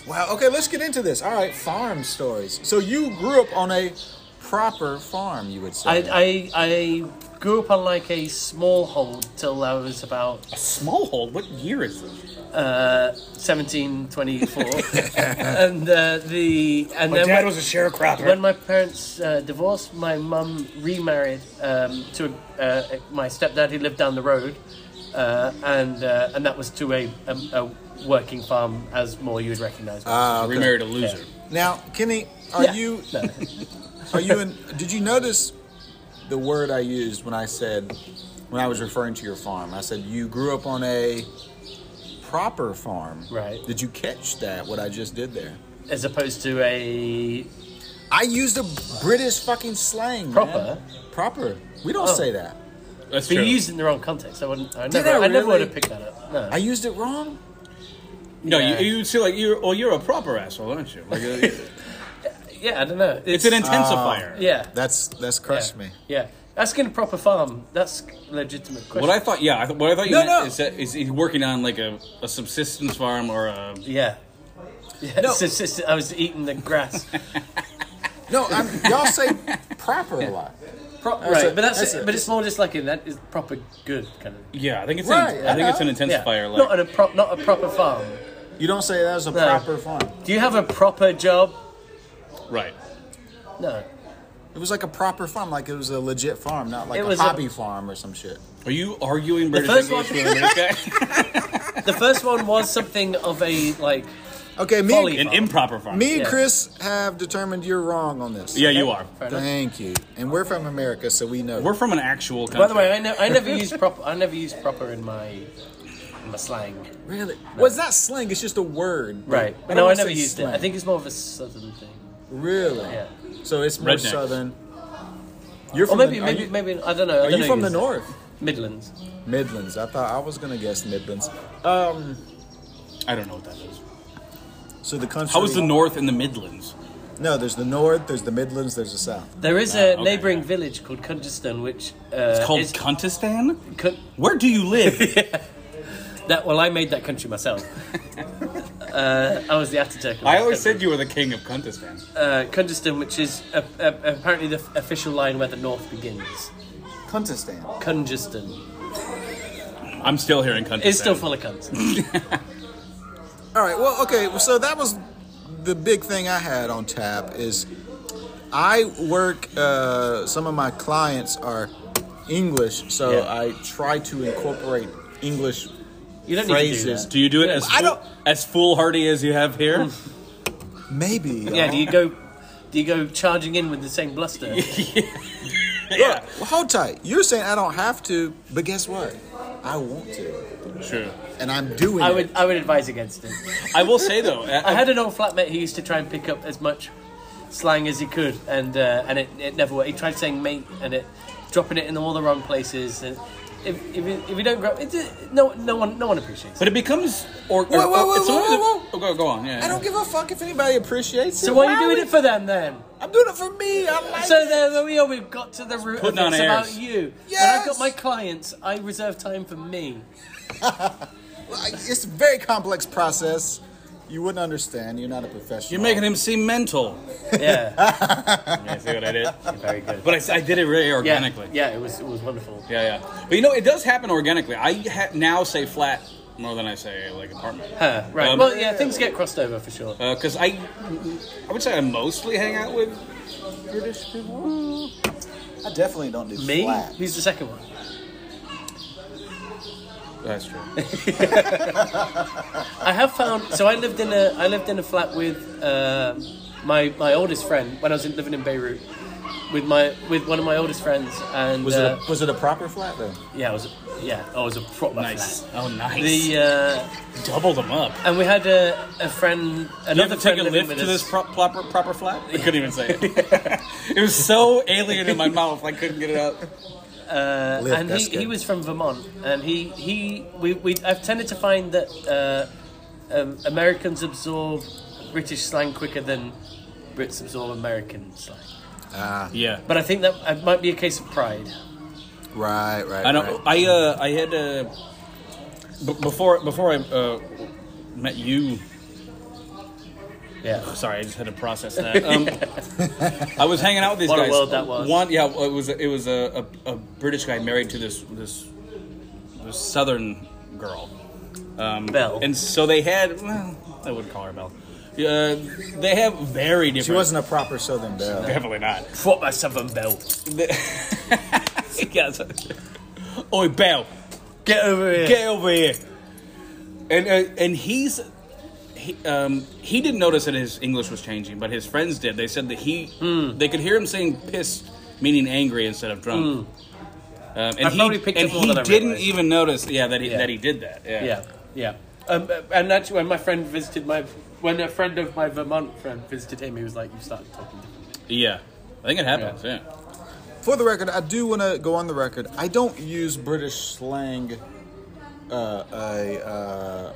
D: Wow. Okay, let's get into this. All right, farm stories. So you grew up on a proper farm, you would say.
E: I, I I grew up on like a small hold till I was about
F: A small hole? What year is this?
E: 1724 and uh, the and
F: My
E: then
F: dad
E: when,
F: was a sharecropper.
E: when my parents uh, divorced my mum remarried um, to a, uh, my stepdad who lived down the road uh, and uh, and that was to a, a, a working farm as more you would recognize
D: Ah, okay.
F: remarried a loser.
D: Now, Kenny, are
E: Yeah.
D: you
E: No.
D: are you in? Did you notice the word I used when I said when I was referring to your farm? I said you grew up on a proper farm.
E: Right.
D: Did you catch that? What I just did there?
E: as opposed to a
D: I used a British fucking slang. man.
E: Proper?
D: Proper. We don't
E: Oh.
D: say that.
F: That's
E: but you
F: true.
E: used it in the wrong context I wouldn't I
D: Did
E: never, I,
D: I
E: never
D: really?
E: would have picked that up no
D: I used it wrong.
F: no,
E: Yeah.
F: you, you see, like you're. Well, you're a proper asshole, aren't you? Like, uh,
E: yeah I don't know
F: it's an intensifier.
E: uh, yeah
D: That's that's crushed
E: yeah,
D: me.
E: yeah asking a proper farm that's a legitimate question
F: What I thought, yeah, I th- what I thought you
D: No,
F: meant
D: no.
F: is that is he's working on like a, a subsistence farm or a
E: Yeah. Yeah,
D: No.
E: it's just- it's- I was eating the grass.
D: No, I'm, y'all say proper a lot.
E: Pro- right,
D: That's it,
E: but that's,
D: that's
E: it.
D: it.
E: But it's more just like in that is proper good kind of.
F: yeah. I think it's
D: Right,
F: an, I think it's an
E: uh-huh. Yeah,
F: intensifier. Like,
E: not, on a pro- not a proper farm.
D: You don't say that was a
E: No.
D: proper farm.
E: Do you have a proper job?
F: right.
E: No.
D: It was like a proper farm, like it was a legit farm, not like
E: It
D: a
E: was a-
D: hobby farm or some shit.
F: Are you arguing British
E: first
F: English
E: one-
F: with a British guy?
E: The first one was something of a like
D: Okay, me,
E: Folly.
F: An improper farm.
D: me and
E: Yeah.
D: Chris have determined you're wrong on this.
F: Yeah, you are.
E: Fair enough.
D: Thank you. And we're from America, so we know.
F: We're from an actual country.
E: By the way, I, ne- I never use proper. I never use proper in my in my slang.
D: really? Well, it's not slang. It's just a word.
E: Right.
D: I don't
E: no, I
D: wanna
E: never
D: say
E: used
D: slang.
E: it. I think it's more of a southern thing.
D: Really?
E: Yeah.
D: So it's more
F: Rednecks.
D: southern. You're from
E: Or maybe,
D: the, are
E: maybe,
D: you,
E: maybe I don't know. I
D: are
E: don't
D: you
E: know
D: from the
E: who's-
D: north?
E: Midlands.
D: Midlands. I thought I was gonna guess Midlands.
F: I don't know what that is.
D: So the country.
F: How is the North and the Midlands?
D: No, there's the north. There's the Midlands. There's the south.
E: There is a
F: okay,
E: neighbouring
F: yeah.
E: village called Cunderston, which uh,
F: It's called
E: is-
F: Kuntistan?
E: Cun-
F: Where do you live?
E: that. Well, I made that country myself. uh, I was the Ataturk. of
F: I
E: that
F: always
E: country.
F: said you were the king of Kuntistan.
E: uh, Cundestan, which is uh, uh, apparently the f- official line where the north begins.
D: Kuntistan.
E: Cundestan.
F: I'm still hearing Kuntistan.
E: It's still full of cunts.
D: All right. Well, okay. well, So that was the big thing I had on tap is I work. Uh, some of my clients are English, so
E: Yeah.
D: I try to incorporate English.
E: You don't need
D: Phrases.
E: to do
F: Do you do it as
D: I
F: fool-
D: don't-
F: as foolhardy as you have here?
D: Maybe.
E: that. Yeah, do you go do you go charging in with the same bluster?
F: yeah,
D: Well, uh, hold tight. You're saying I don't have to, but guess what? I want to,
F: sure.
D: and I'm doing
E: I
D: it.
E: would I would advise against it.
F: I will say though, I,
E: I had an old flatmate who used to try and pick up as much slang as he could, and uh, and it, it never worked. He tried saying mate and it dropping it in all the wrong places. And if if you, if you don't grow, it's, no no one no one appreciates.
F: but
E: It.
F: it becomes or, or
D: Whoa, whoa, whoa,
F: it's
D: whoa,
F: only the-
D: whoa, whoa.
F: Oh, go, go on. Yeah,
D: I don't give a fuck if anybody appreciates it.
E: So why are you doing
D: would-
E: it for them then?
D: I'm doing it for me. I like
E: So
D: it.
E: there, there we are. We've got to the root
F: putting
E: of it.
F: on
E: It's about
F: airs.
E: you. When I've
D: Yes.
E: got my clients, I reserve time for me.
D: I- It's a very complex process. You wouldn't understand. You're not a professional.
F: You're making him seem mental.
E: Yeah,
F: Yeah, see what I did?
E: very good.
F: But I s- I, did it really
E: yeah,
F: organically.
E: yeah, it was it was wonderful.
F: yeah, yeah. But you know, it does happen organically. I ha- now say flat more than I say like apartment.
E: Huh, right.
F: Um,
E: well, yeah, things get crossed over for sure.
F: because I, I would say I mostly hang out with British people.
D: I definitely don't do
E: Me?
D: flat.
E: Who's the second one?
F: That's true.
E: I have found. So I lived in a I lived in a flat with uh, my my oldest friend when I was in, living in Beirut with my with one of my oldest friends and
D: Was
E: uh,
D: it a, was it a proper flat though?
E: yeah, it was a- yeah, oh, it was a proper
F: nice.
E: flat.
F: Oh, nice.
E: The uh,
F: Double them up.
E: and we had a, a friend
F: You
E: another friend
F: have to take a
E: living
F: lift
E: with
F: to
E: us.
F: this pro- proper, proper flat? I couldn't even say it. it was so alien in my mouth, I couldn't get it out.
D: Lift,
E: and
D: that's
E: he,
D: good.
E: he was from Vermont, and he he we, we I've tended to find that uh, um, Americans absorb British slang quicker than Brits absorb American slang.
F: Yeah.
E: But I think that uh, might be a case of pride.
D: right, right. right.
F: I don't. I uh, I had uh, b- before before I uh, met you.
E: Yeah,
F: Sorry, I just had to process that. Um, I was hanging out with these
E: What a
F: guys.
E: world that was.
F: One, yeah, it was it was a, a, a British guy married to this this, this Southern girl.
E: Bell.
F: And so they had, well, I would call her Belle. Uh, they have very different.
D: She wasn't a proper Southern belle.
F: definitely not.
E: proper Southern Bell.
F: yes. Oi, Belle,
E: Get over here.
F: get over here. And uh, and he's he um he didn't notice that his English was changing, but his friends did. They said that he
E: Hmm.
F: they could hear him saying pissed, meaning angry instead of drunk. Um, and
E: I
F: he,
E: probably picked
F: and
E: up more
F: he
E: than I
F: didn't
E: realized.
F: even notice, yeah, that he
E: Yeah.
F: that he did that. Yeah.
E: yeah, yeah. Um, uh, and actually, when my friend visited my when a friend of my Vermont friend visited him, he was like, "You started talking differently."
F: Yeah. I think it happens. Yeah.
D: For the record, I do want to go on the record. I don't use British slang. Uh, I, uh,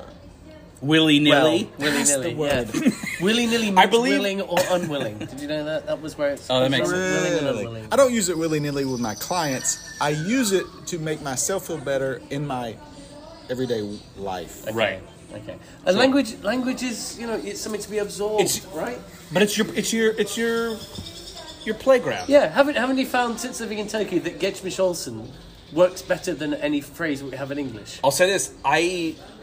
F: Willy nilly.
E: willy nilly,
D: word.
E: yeah. willy nilly
F: I
E: means
F: believe-
E: willing or unwilling. Did you know that? That was where it's.
F: Oh, that makes
E: it's
F: sense.
E: Willing and
D: really,
E: unwilling.
D: I don't use it willy nilly with my clients. I use it to make myself feel better in my everyday life.
F: Right.
E: Okay. And language, language is you know it's something to be absorbed,
F: It's-
E: right?
F: But it's your it's your it's your your playground.
E: Yeah. Haven't haven't you found since living in Turkey that Geçmiş olsun works better than any phrase we have in English?
F: I'll say this: I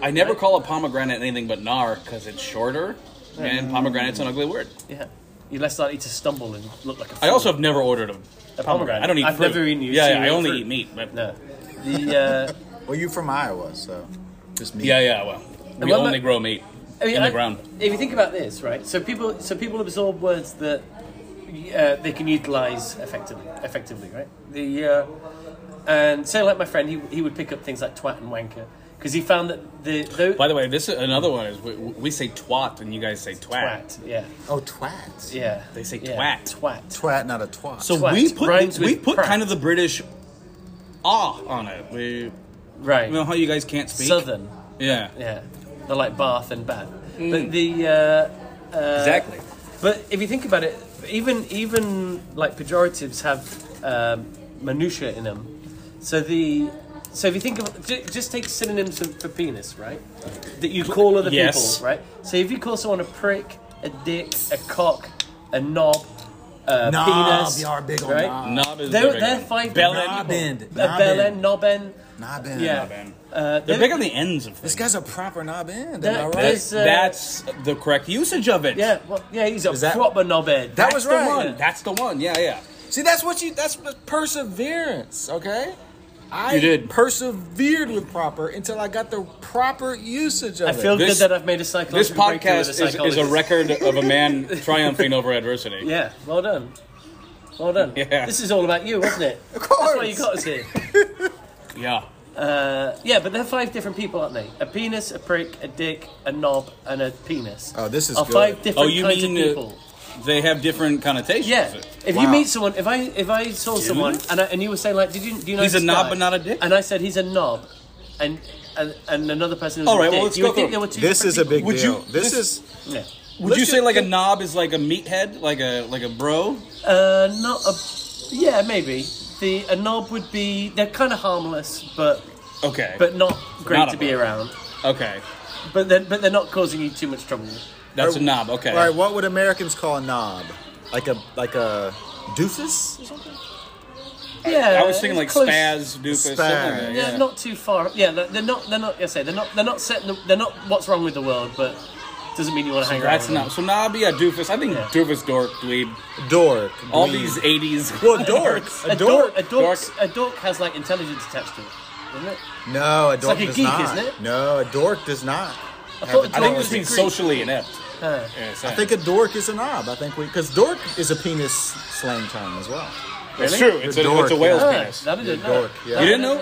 F: I never call a pomegranate anything but nar because it's shorter, and pomegranate's an ugly word.
E: Yeah. You're less likely to stumble and look like a.
F: I
E: fool.
F: also have never ordered a,
E: A pomegranate.
F: I don't eat.
E: I've
F: fruit.
E: never eaten you.
F: Yeah,
E: so
F: yeah,
E: you
F: I
E: eat
F: only
E: fruit.
F: eat meat. But
E: No. The uh,
D: Well, you from Iowa, so just me.
F: Yeah, yeah. Well, we
E: what
F: only
E: about-
F: grow meat.
E: I mean,
F: in the
E: I-
F: ground.
E: If you think about this, right? So people, so people absorb words that uh, they can utilize effectively, effectively, right? The uh, and say like my friend, he, he would pick up things like twat and wanker because he found that the, the
F: By the way, this is another one is we, we say twat and you guys say twat.
E: twat, yeah,
D: Oh, twat.
E: yeah,
F: They say
E: yeah,
F: twat.
E: twat.
D: Twat, not a twat.
F: So
E: Twat
F: we put
E: rhymes
F: the, we
E: with
F: put
E: prat.
F: kind of the British ah on it. We you
E: right?
F: know how you guys can't speak.
E: Southern,
F: Yeah.
E: yeah, they're like Bath and Bath,
D: Mm.
E: but the. Uh,
F: Exactly.
E: But if you think about it, even even like pejoratives have um, minutia in them. So the so if you think of ju- just take synonyms for, for penis, right? That you call other
F: Yes.
E: people, right? So if you call someone a prick, a dick, a cock, a knob, a
D: Knob,
E: penis,
D: you are big on
E: right?
D: knob.
F: Knob is the
E: They're,
F: big
E: they're
F: one.
E: five
F: Bell
E: different
F: end.
D: Knob end,
E: people. A
D: knob
E: bell
D: end.
E: end, knob end.
D: knob end.
E: Yeah,
F: Knob end.
E: Uh,
F: They're big on the ends of
D: This
F: things.
D: guy's a proper knob end.
E: That-
D: Am I right?
E: that-
F: That's,
E: is, uh,
F: that's the correct usage of it.
E: yeah, well, yeah, he's a
D: Is that-
E: proper knobhead.
D: That
F: That's
D: was
F: the
D: right.
F: one. That's the one. Yeah, yeah.
D: See, that's what you. That's what perseverance. Okay. I
F: You did.
D: persevered with proper until I got the proper usage of
E: I
D: it.
E: feel
F: This-
E: good that I've made a
F: This
E: psychological breakthrough with
F: podcast
E: a
F: is, is a
E: psychologist.
F: record of a man triumphing over adversity.
E: Yeah, well done. Well done.
F: Yeah.
E: This is all about you, wasn't it?
D: Of course.
E: That's why you got us here.
F: Yeah.
E: Yeah, but they're five different people, aren't they? A penis, a prick, a dick, a knob, and a penis.
D: Oh, this is
E: are
D: good.
E: five different
F: Oh, you
E: kinds
F: mean
E: of
F: uh,
E: people.
F: they have different connotations?
E: yeah, if you
D: Wow.
E: meet someone, if I if I saw someone and I, and you were saying like, did you do you know
F: He's a
E: this
F: knob
E: guy?"
F: but not a dick?
E: And I said he's a knob, and and, and another person who's
F: All right,
E: a
F: well,
E: dick.
F: let's
E: you would
F: go
E: think
F: through.
E: there were two.
D: this
E: different
D: is a big
E: people.
F: Would
D: deal.
F: you-
D: this, is
F: this-
E: Yeah.
F: Would
D: Let's
F: you say
D: just
F: like a
D: think-
F: knob is like a meathead, like a like a bro?
E: Uh, not a. Yeah, maybe the a knob would be. They're kind of harmless, but
F: Okay.
E: but not great
F: Not a
E: to be
F: knob.
E: around.
F: okay.
E: But they're, but they're not causing you too much trouble.
F: That's a knob. Okay.
D: all right. What would Americans call a knob? Like a like a doofus?
E: Yeah,
F: I was thinking like
E: it's close.
F: spaz, doofus, something like
D: Spaz.
F: that.
E: Yeah,
F: Yeah.
E: not too far. Yeah, they're they're not. They're not. I say they're not. They're not setting. The, they're not. What's wrong with the world? But doesn't mean you want to hang
F: That's
E: around.
F: knob. So knob, yeah, doofus. I think
E: Yeah.
F: doofus, dork, dweeb.
D: Dork.
F: All
D: dweeb.
F: these '80s.
D: Well, dork.
E: A
D: A
E: dork,
D: dork.
E: a dork, a dork has like intelligence attached to it, doesn't it?
D: No, a dork
E: like a
D: does
E: geek,
D: not.
E: isn't it?
D: No, a dork does not. have
E: thought a
F: I
E: dork
F: think
E: was
D: intelligence.
F: this means
E: Greek.
F: socially inept.
E: Uh,
F: Yeah, it's
D: I think a dork is a knob. I think we because dork is a penis slang term as well.
F: it's
E: Really?
F: true. It's
D: The
F: a,
D: dork,
F: it's a whale's
E: ah,
F: penis.
E: that I didn't
D: Yeah,
E: know.
D: dork, yeah.
E: That I
D: You
F: didn't know?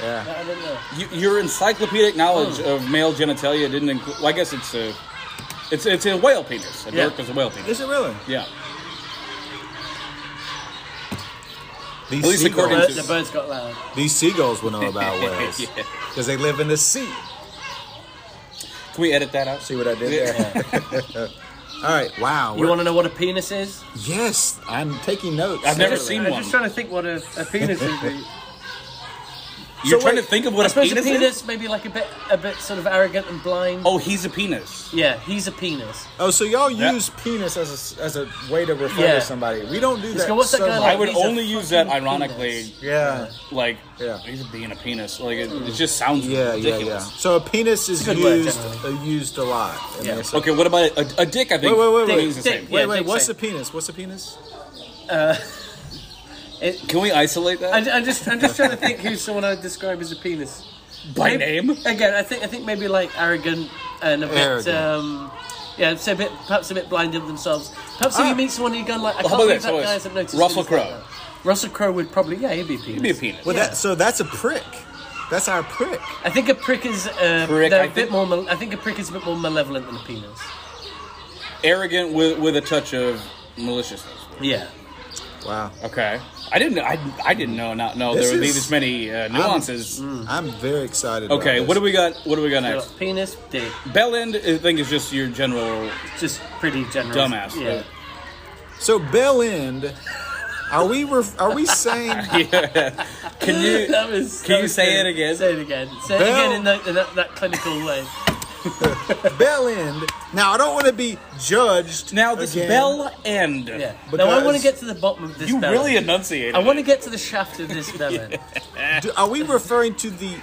D: Yeah.
E: That I didn't know.
F: You, your encyclopedic knowledge
E: Oh.
F: of male genitalia didn't include. Well, I guess it's a, it's it's a whale penis. A
E: Yeah.
F: dork is a whale penis.
D: Is it really?
F: Yeah.
D: These
F: At least
E: The,
F: according
D: seagulls,
E: bird,
F: to-
E: the birds got loud.
D: these seagulls will know about whales
F: Yeah.
D: because they live in the sea.
F: Can we edit that out?
D: See what I did there? All right. Wow.
E: You want to know what a penis is?
D: yes, I'm taking notes.
F: I've never
E: Seriously,
F: seen
E: I'm
F: one.
E: just trying to think what a, a penis would be.
F: You're
D: So
F: trying
D: wait,
F: to think of what
E: I
F: a
E: suppose
F: penis,
E: a
F: is.
E: penis maybe like a bit, a bit sort of arrogant and blind.
F: Oh, he's a penis.
E: Yeah, he's a penis.
D: Oh, so y'all
F: Yeah.
D: use penis as a, s- as a way to refer
E: Yeah.
D: to somebody. We don't do that.
E: go, "What's that
D: so
E: guy
D: much.
E: like?"
F: I would
E: he's a
F: only use that
E: fucking
F: ironically,
E: penis.
D: Yeah.
F: like
D: Yeah.
F: he's being a penis. Like it, it just sounds
D: Yeah, yeah, yeah.
F: ridiculous.
D: So a penis is
E: a good word,
D: used uh,
E: generally.
D: used a lot. I mean,
E: Yeah.
D: it's a-
F: Okay, what about a, a dick? I think
D: Wait, wait, wait,
F: means
D: wait.
F: the
E: Dick,
F: same.
E: yeah.
D: Wait, wait.
E: dick's
D: What's a
E: same.
D: penis? What's a penis?
F: Can we isolate that
E: I, am just, I'm just trying to think who's someone I'd describe as a penis.
F: by
E: Maybe-
F: name?
E: Again, I think I think maybe like arrogant and a bit,
D: Arrogant.
E: um, yeah, so a bit, perhaps a bit blind of themselves. Perhaps if
D: Ah.
E: you meet someone, you go like, I
F: Well, how
E: can't believe
F: about this?
E: that
F: How about
E: guy
F: this?
E: hasn't noticed.
F: Russell
E: he was like
F: Crowe.
E: that. Russell Crowe would probably, yeah, he'd be a penis.
F: He'd be a penis.
D: Well,
E: Yeah.
D: that so that's a prick. That's our prick.
E: I think a prick is uh,
F: Prick,
E: they're
F: I
E: a
F: think-
E: bit more. Mal- I think a prick is a bit more malevolent than a penis.
F: Arrogant with with a touch of maliciousness.
E: Yeah.
D: Wow.
F: Okay, I didn't. I, I didn't know. Not know
D: This
F: there would be
D: is-
F: this many uh, nuances.
D: I'm very excited.
F: okay,
D: about
F: what do
D: this.
F: we got? What do we got
E: So
F: next?
E: penis, dick,
F: Bell end, I think, is just your general.
E: just pretty general.
F: Dumbass,
E: Yeah.
F: right?
D: So bell end. Are we ref- are we saying
F: Can you?
E: That was.
F: Can
E: that
F: you
E: was
F: say
E: good.
F: it again?
E: Say it again. Say it
D: Bell-
E: again in, that in that, that clinical way.
D: bell end? Now I don't want to be judged.
F: Now this
D: again.
F: bell end.
E: Yeah. now I want
D: Because-
E: to get to the bottom of this.
F: You
E: bell.
F: really enunciated.
E: I want to
F: it.
E: get to the shaft of this bell. end.
D: Do- are we referring to the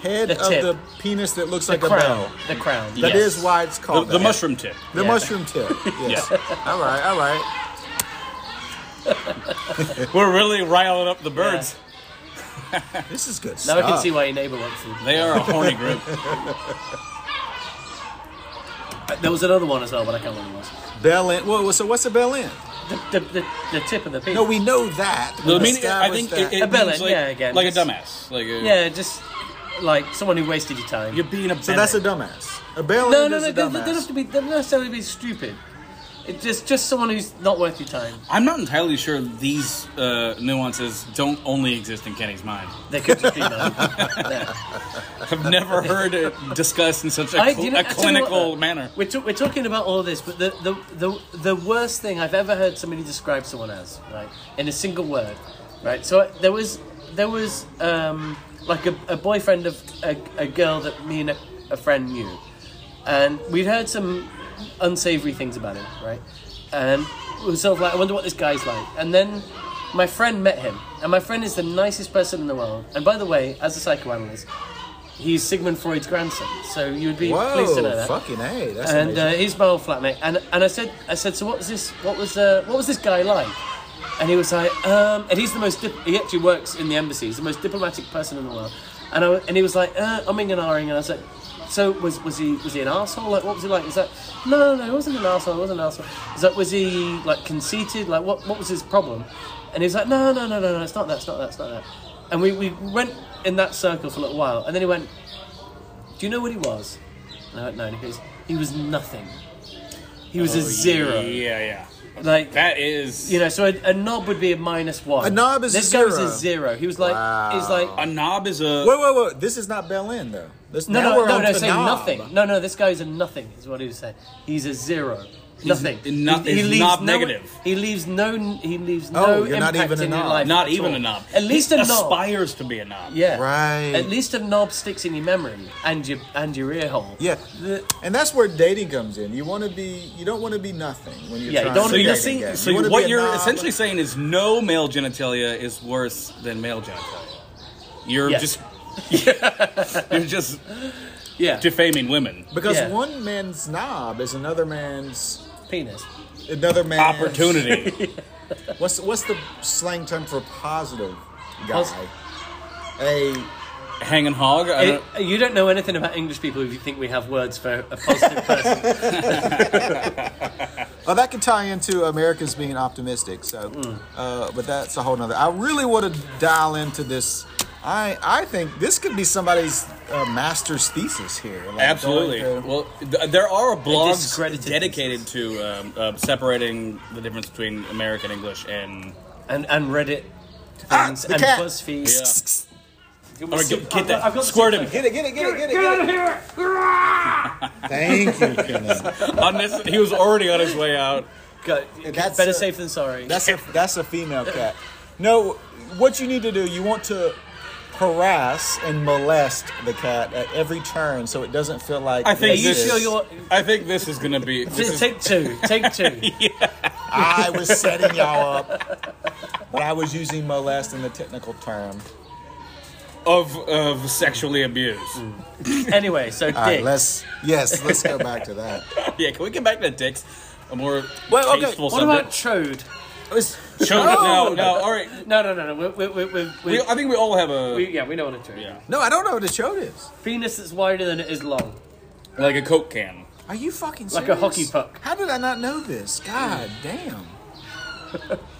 D: head
E: The
D: of
E: tip.
D: the penis that looks
E: The
D: like a
E: crown.
D: bell?
E: The crown.
D: That
F: Yes.
D: is why it's
F: the,
D: called
F: the
D: that.
F: mushroom tip.
D: The
E: Yeah.
D: mushroom tip. Yes. All right. All right.
F: We're really riling up the birds.
D: This is good
E: Now
D: stuff.
E: I can see why your neighbour wants them.
F: They are a horny group.
E: There was another one as well, but I can't remember what it
D: Bell End. Well, so what's a Bell End?
E: was. The, the, the, the tip of the pin.
D: No, we know that.
F: I
D: We've
F: mean, I
D: established
F: think it, it
E: A villain,
F: means like,
E: yeah, again,
F: like a
E: just-
F: dumbass. Like a,
E: yeah, just like someone who wasted your time.
F: you're being a.
D: so that's a dumbass. A Bell
E: no,
D: End
E: no,
D: is
E: no.
D: a
E: They don't they don't have
D: dumbass.
E: to be. They don't necessarily be stupid. It just just someone who's not worth your time.
F: I'm not entirely sure these uh, nuances don't only exist in Kenny's mind.
E: They could just be mine. Yeah.
F: I've never heard it discussed in such a,
E: I-
F: cl-
E: you know-
F: a
E: I tell you
F: clinical
E: what, though,
F: manner.
E: We're, ta- we're talking about all this, but the, the the the worst thing I've ever heard somebody describe someone as right in a single word, right? So I- there was there was um, like a, a boyfriend of a, a girl that me and a, a friend knew, and we'd heard some unsavory things about him, right? And we were sort of like, I wonder what this guy's like. And then my friend met him, and my friend is the nicest person in the world. And by the way, as a psychoanalyst, he's Sigmund Freud's grandson, so you would be pleased to know
D: Whoa,
E: that.
D: fucking hey, that's
E: and uh,
D: amazing.
E: he's my old flatmate, and and I said, I said, so what was this? What was uh, what was this guy like? And he was like, um, and he's the most. Dip- he actually works in the embassy. He's the most diplomatic person in the world. And I, wa- and he was like, uh, umming and ahhing, and I was like, so was was he was he an asshole? Like, what was he like? He's like, no, no, he wasn't an asshole. He wasn't an asshole. He's like, was he like conceited? Like, what what was his problem? And he's like, no, no, no, no, no, it's not that, it's not that, it's not that. And we, we went in that circle for a little while, and then he went, do you know what he was? And I went, no. And he goes, he was nothing. He
D: Oh,
E: was a zero.
F: Yeah, yeah.
E: Like,
F: That is
E: you know, so a, a knob would be a minus one.
D: A knob is a
E: this guy was a zero. He was like, he's like,
F: a knob is a.
D: whoa, whoa, whoa! This is not Bell End though. This,
E: no,
D: now
E: no,
D: we're
E: no,
D: on
E: no,
D: to
E: say
D: knob.
E: nothing. No, no, this guy's a nothing, is what he was saying. He's a zero. nothing.
F: not- he's knob negative.
E: He leaves no. He leaves
D: Oh,
E: no
D: you're not
E: impact
D: even a
E: in your
D: knob.
E: life.
F: Not
E: at
F: even
E: all.
F: a knob.
E: At least
F: he
E: a knob.
F: aspires to be a knob.
E: Yeah.
D: Right.
E: At least a knob sticks in your memory and your and your ear hole.
D: Yeah,
E: The-
D: and that's where dating comes in. You want to be, you don't want to be nothing when you're
E: Yeah,
D: trying
E: you don't
D: to
F: So
E: wanna be
F: you're
D: date
F: saying,
D: again.
F: so
D: You wanna be
F: what
D: a
F: you're
D: knob.
F: essentially saying is no male genitalia is worse than male genitalia. You're
E: Yes.
F: just you're just
E: yeah.
F: defaming women.
D: because
E: Yeah.
D: one man's knob is another man's
E: penis.
D: another man's
F: Opportunity.
D: What's what's the slang term for positive guy?
E: Pos-
D: A
F: Hanging hog. I
E: It,
F: don't,
E: you don't know anything about English people if you think we have words for a positive person.
D: oh, that could tie into Americans being optimistic. So,
F: Mm.
D: uh, but that's a whole nother. I really want to dial into this. I I think this could be somebody's uh, master's thesis here. Like,
F: absolutely.
D: going through-
F: Well, th- there are blogs
E: discredited
F: dedicated to um, uh, separating the difference between American English and
E: and and Reddit
D: Ah,
E: things
D: the
E: and
D: cat.
E: BuzzFeed.
F: Or get, get
E: I've
F: that.
E: got- I've got the
F: squirt
E: same
F: him.
D: Get it, get it, get it, get it, get it. Thank you, Kenneth.
F: On this- he was already on his way out.
E: Go-
D: That's
E: better
D: a-
E: safe than sorry.
D: That's a that's a female cat. No, what you need to do, you want to harass and molest the cat at every turn, so it doesn't feel like.
F: I think
E: Are you
F: this,
E: sure you're-
F: I think this is gonna be. This is,
E: Take two. Take two.
D: I was setting y'all up, but I was using molest in the technical term.
F: of of sexually abused.
D: Mm.
E: Anyway, so
D: All right,
E: dick.
D: let's yes, let's go back to that.
F: Yeah, can we get back to dicks? A more
D: Well, okay,
F: tasteful
E: what about chode?
F: subject.
D: It's-
F: Chode- no, no. All right,
E: No, no, no, no. We, we, we, we,
F: we, I think we all have a
E: we- yeah, we know what a chode.
F: Yeah.
D: no, I don't know what a chode is.
E: Penis that's wider than it is long.
F: like a coke can.
D: Are you fucking
E: Like a
D: serious?
E: hockey puck.
D: How did I not know this? God damn.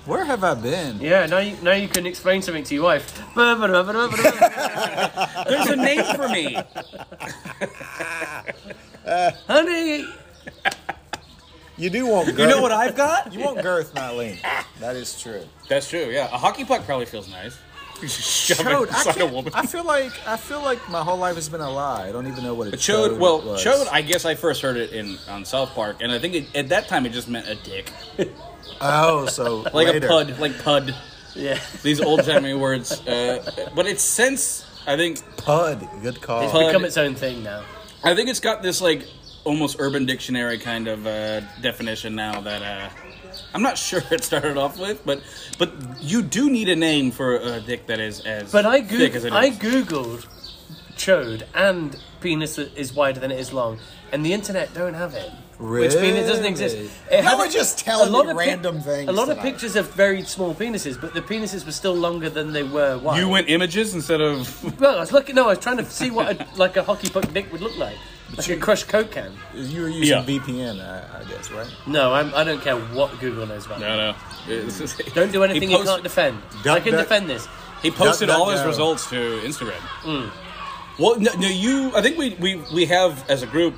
D: Where have I been?
E: Yeah. Now you now you can explain something to your wife. Honey,
F: There's a name for me.
D: You do want girth.
F: You know what I've got?
D: You want girth, not lean. That is true.
F: That's true. Yeah, a hockey puck probably feels nice. Shove it
D: Chode, I,
F: inside a
D: can't-
F: woman.
D: I feel like I feel like my whole life has been a lie. I don't even know what a
F: But chode, well,
D: was.
F: chode. I guess I first heard it in on South Park, and I think it, at that time it just meant a dick,
D: oh, so
F: like
D: later.
F: a pud, like pud.
E: yeah.
F: These old timey words, uh, but it's since I think
D: Pud, good call.
E: It's
F: Pud.
E: become its own thing now.
F: I think it's got this like almost urban dictionary kind of uh, definition now that uh, I'm not sure it started off with, but but you do need a name for a dick that is as
E: But I
F: thick as
E: googled,
F: it
E: I
F: is.
E: googled chode and penis that is wider than it is long, and the internet don't have it. Which means it doesn't exist.
D: Really?
E: It
D: Now
E: had-
D: we're just telling me
E: of pic-
D: random things
E: A lot of
D: tonight.
E: pictures of very small penises, but the penises were still longer than they were wide.
F: you went images instead of
E: Well, I was looking. No, I was trying to see what a, like a hockey puck dick would look like. Like a crushed Coke can.
D: You were using
F: Yeah.
D: VPN, I, I guess, right?
E: No, I'm, I don't care what Google knows about.
F: No, no. It's- it's-
E: Don't do anything
F: he
E: you can't
F: posted,
E: defend.
D: Duck,
E: I can
D: duck.
E: defend this.
F: He posted
D: Duck, duck,
F: all his
D: go.
F: results to Instagram.
E: Hmm.
F: Well, no, no, you. I think we, we, we have as a group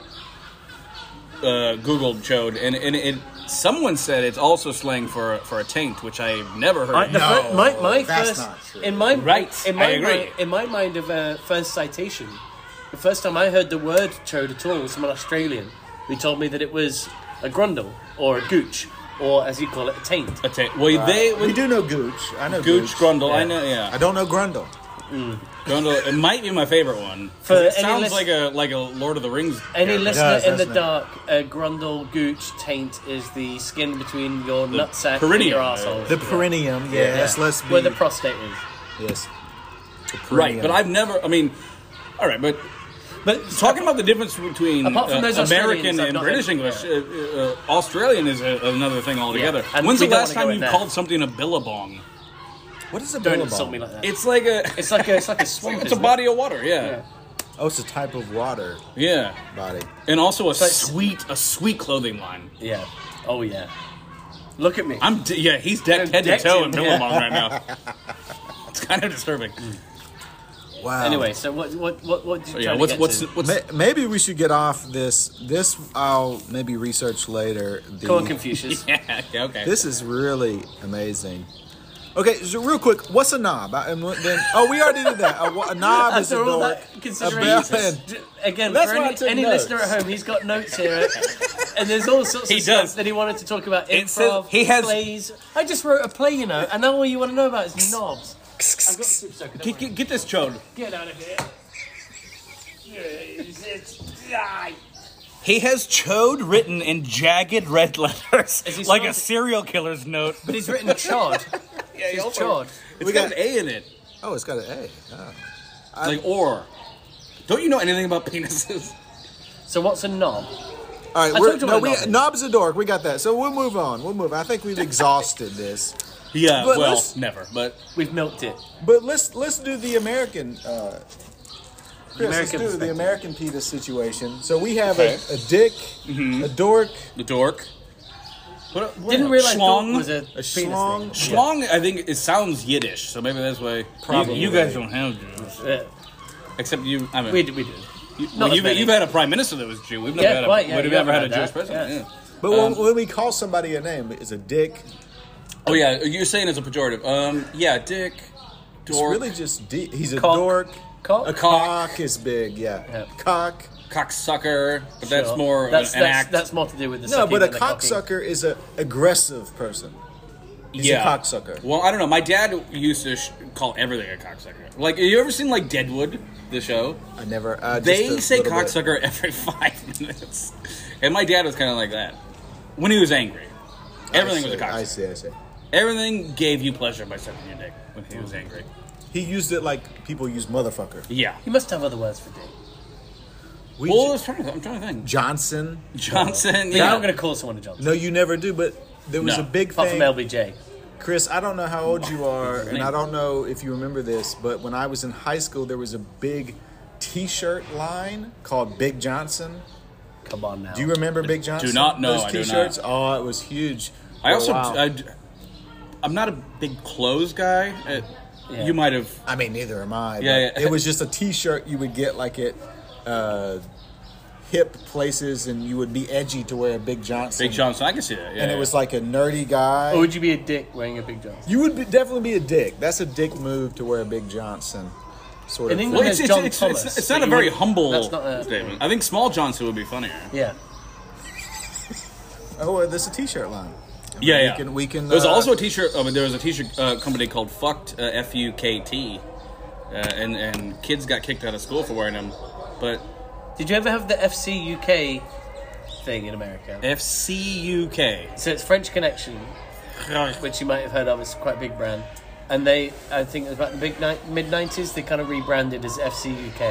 F: uh, Googled chode, and and it. Someone said it's also slang for for a taint, which I've never heard.
E: I, the
D: No,
E: fir- my my
D: that's
E: first
D: not true.
E: in my
F: Right,
E: in my
F: I agree.
E: mind- in my mind of uh, first citation, the first time I heard the word chode at all was from an Australian who told me that it was a grundle or a gooch or as you call it a taint.
F: a taint. Well, they
D: we do know Gooch. I know Gooch.
F: Gooch, Grundle, I know- yeah.
D: I don't know Grundle.
F: Grundle, it might be my favorite one.
E: For
F: it
E: any
F: sounds
E: lis-
F: like a like a Lord of the Rings.
E: Any
F: character.
E: listener
D: does,
E: in the
D: doesn't it?
E: dark, a grundle, gooch, taint is the skin between your nutsack and
F: perineum,
E: your
F: uh,
E: asshole.
D: The perineum, yes. Let's be.
E: where the prostate is.
D: yes. The
F: right? But
D: perineum.
F: I've never. I mean, all right, but
E: But
F: talking about the difference between
E: Apart from
F: uh,
E: those Australians,
F: American
E: I've
F: and
E: not
F: British
E: heard-
F: English, uh, uh, Australian is a, another thing altogether.
E: and
F: When's
E: we
F: the
E: don't
F: last
E: wanna go
F: time
E: in
F: you
E: there.
F: called something a billabong?
D: What is a
E: don't
D: billabong?
E: insult me like that.
F: It's like a
E: It's like a, it's like a swamp.
F: it's a
E: isn't it?
F: body of water. Yeah,
D: Oh, it's a type of water
F: yeah,
D: body.
F: and also a
E: like-
F: sweet a sweet clothing line.
E: Yeah. Oh yeah. Look at me.
F: I'm d- yeah, he's decked
E: I'm
F: head to
E: decked
F: toe
E: in-
F: in billabong right now. It's kind of disturbing.
D: Wow.
E: Anyway, so what what what what did you
F: Oh. Yeah,
E: try
F: what's
E: to get
F: what's
E: to?
F: what's
D: May- maybe we should get off this. This I'll maybe research later. The,
E: Come on, Confucius.
F: yeah, yeah, okay.
D: This is really amazing. Okay, so real quick, what's a knob? I, and then, oh, we already did that. A, wa- a knob is a
E: After all
D: door.
E: that
D: A
E: consideration,
D: bell
E: Jesus.
D: and-
E: D- again,
D: That's
E: for
D: why I
E: any,
D: took
E: any
D: notes.
E: listener at home, he's got notes here, and there's all sorts
F: He
E: of stuff
F: does.
E: that he wanted to talk about.
F: It says-
E: Improv,
F: he has-
E: plays. I just wrote a play, you know, and now all you want to know about is knobs. I've got a soup soaker. don't
F: Get,
E: worry.
F: get, get this chode.
E: Get out of here.
F: He has chode written in jagged red letters,
E: Is he
F: like a
E: supposed to-
F: serial killer's note.
E: But he's written chod.
F: Yeah,
E: He's chod.
F: It's
D: We
F: got
D: got-
F: an A in it.
D: Oh, it's got an A. Oh.
F: It's like or. Don't you know anything about penises?
E: So what's a knob?
D: All right,
E: I
D: we're,
E: told you
D: no,
E: what a
D: we,
E: knob is.
D: knob's a dork. We got that. So we'll move on. We'll move. on. I think we've exhausted this.
F: Yeah,
D: But
F: well,
D: let's-
F: never. But
E: We've milked it.
D: But let's let's do the American. Uh, Chris,
E: American
D: let's do the
E: perspective.
D: American penis situation. So we have a,
F: Okay.
D: a dick, a dork,
F: the dork. What, what
E: Didn't realize
F: schlong.
E: dog was a,
D: a
E: penis thing.
D: schlong.
F: Schlong, I think it sounds Yiddish, so maybe that's why.
D: Probably.
F: You, you guys don't have Jews.
E: Yeah,
F: Except you, I mean,
E: we do. We do.
F: you,
E: not
F: well,
E: as
F: you've,
E: many.
F: you've had a prime minister that was Jew. We've never
E: Yeah,
F: had a,
E: quite, yeah,
F: we've
E: you
F: never had a
E: haven't had
F: Jewish
E: that,
F: president.
E: yeah.
F: yeah.
D: But when, when we call somebody a name, it's a dick.
F: Oh yeah, you're saying it's a pejorative. Um, yeah, dick,
D: It's
F: dork,
D: really just di- he's a
E: Cock.
D: dork.
E: Cock?
D: A cock. is big, yeah.
E: Yeah.
D: Cock.
F: cocksucker, but that's
E: Sure.
F: more of
E: that's,
F: an
E: that's,
F: act.
E: That's more to do with the
D: No,
E: sucking
D: but a
E: than the cocking.
D: cocksucker is a aggressive person. He's
F: yeah,
D: a cocksucker.
F: Well, I don't know. My dad used to sh- call everything a cocksucker. Like, you ever seen like Deadwood, the show?
D: I never. I
F: They
D: just a
F: say
D: little bit.
F: cocksucker every five minutes, and my dad was kind of like that when he was angry. Everything
D: I
F: was a
D: see, I
F: cocksucker.
D: see. I see.
F: Everything gave you pleasure by sucking your dick when he
D: Hmm.
F: was angry.
D: He used it like people use motherfucker.
F: Yeah.
E: You must have other words for dick.
D: We
F: Well, I was trying to, I'm trying to think.
D: Johnson.
F: Johnson.
E: You're
F: Yeah.
E: not going to call someone a Johnson.
D: No, you never do. But there was
F: No.
D: a big
E: Apart from
D: thing.
E: LBJ.
D: Chris, I don't know how old you are, and
F: name?
D: I don't know if you remember this, but when I was in high school, there was a big T-shirt line called Big Johnson.
E: Come on now.
D: Do you remember Big Johnson?
F: not know,
D: those
F: I do not.
D: T-shirts. Oh, it was huge. for
F: I
D: a
F: also.
D: while.
F: I, am not a big clothes guy. Uh
E: Yeah.
F: You might have.
D: I mean, neither am I.
F: Yeah,
D: but
F: yeah.
D: It was just a T-shirt you would get like at uh, hip places, and you would be edgy to wear a Big Johnson.
F: Big Johnson. I can see that. Yeah,
D: And
F: yeah.
D: it was like a nerdy guy.
E: Or would you be a dick wearing a big Johnson?
D: you would be, definitely be a dick. That's a dick move to wear a Big Johnson. Sort
E: In
D: of.
E: England-
F: Well, it's,
E: There's
F: it's,
E: John
F: it's,
E: Thomas,
F: it's- it's
E: so
F: not a
E: you
F: very
E: wouldn't-
F: humble
E: that's not a-
F: statement. I think Small Johnson would be funnier.
E: Yeah.
D: Oh, well, there's a T-shirt line. I mean,
F: Yeah,
D: we
F: yeah.
D: Can, we can.
F: There's
D: uh,
F: also a T-shirt. I mean, there was a T-shirt uh, company called Fucked uh, F U K T, uh, and and kids got kicked out of school for wearing them. But
E: Did you ever have the FC UK thing in America?
F: F C U K.
E: So it's French Connection, which you might have heard of. It's quite a big brand. And they, I think it was about the big ni- mid 90s, they kind of rebranded as FC UK.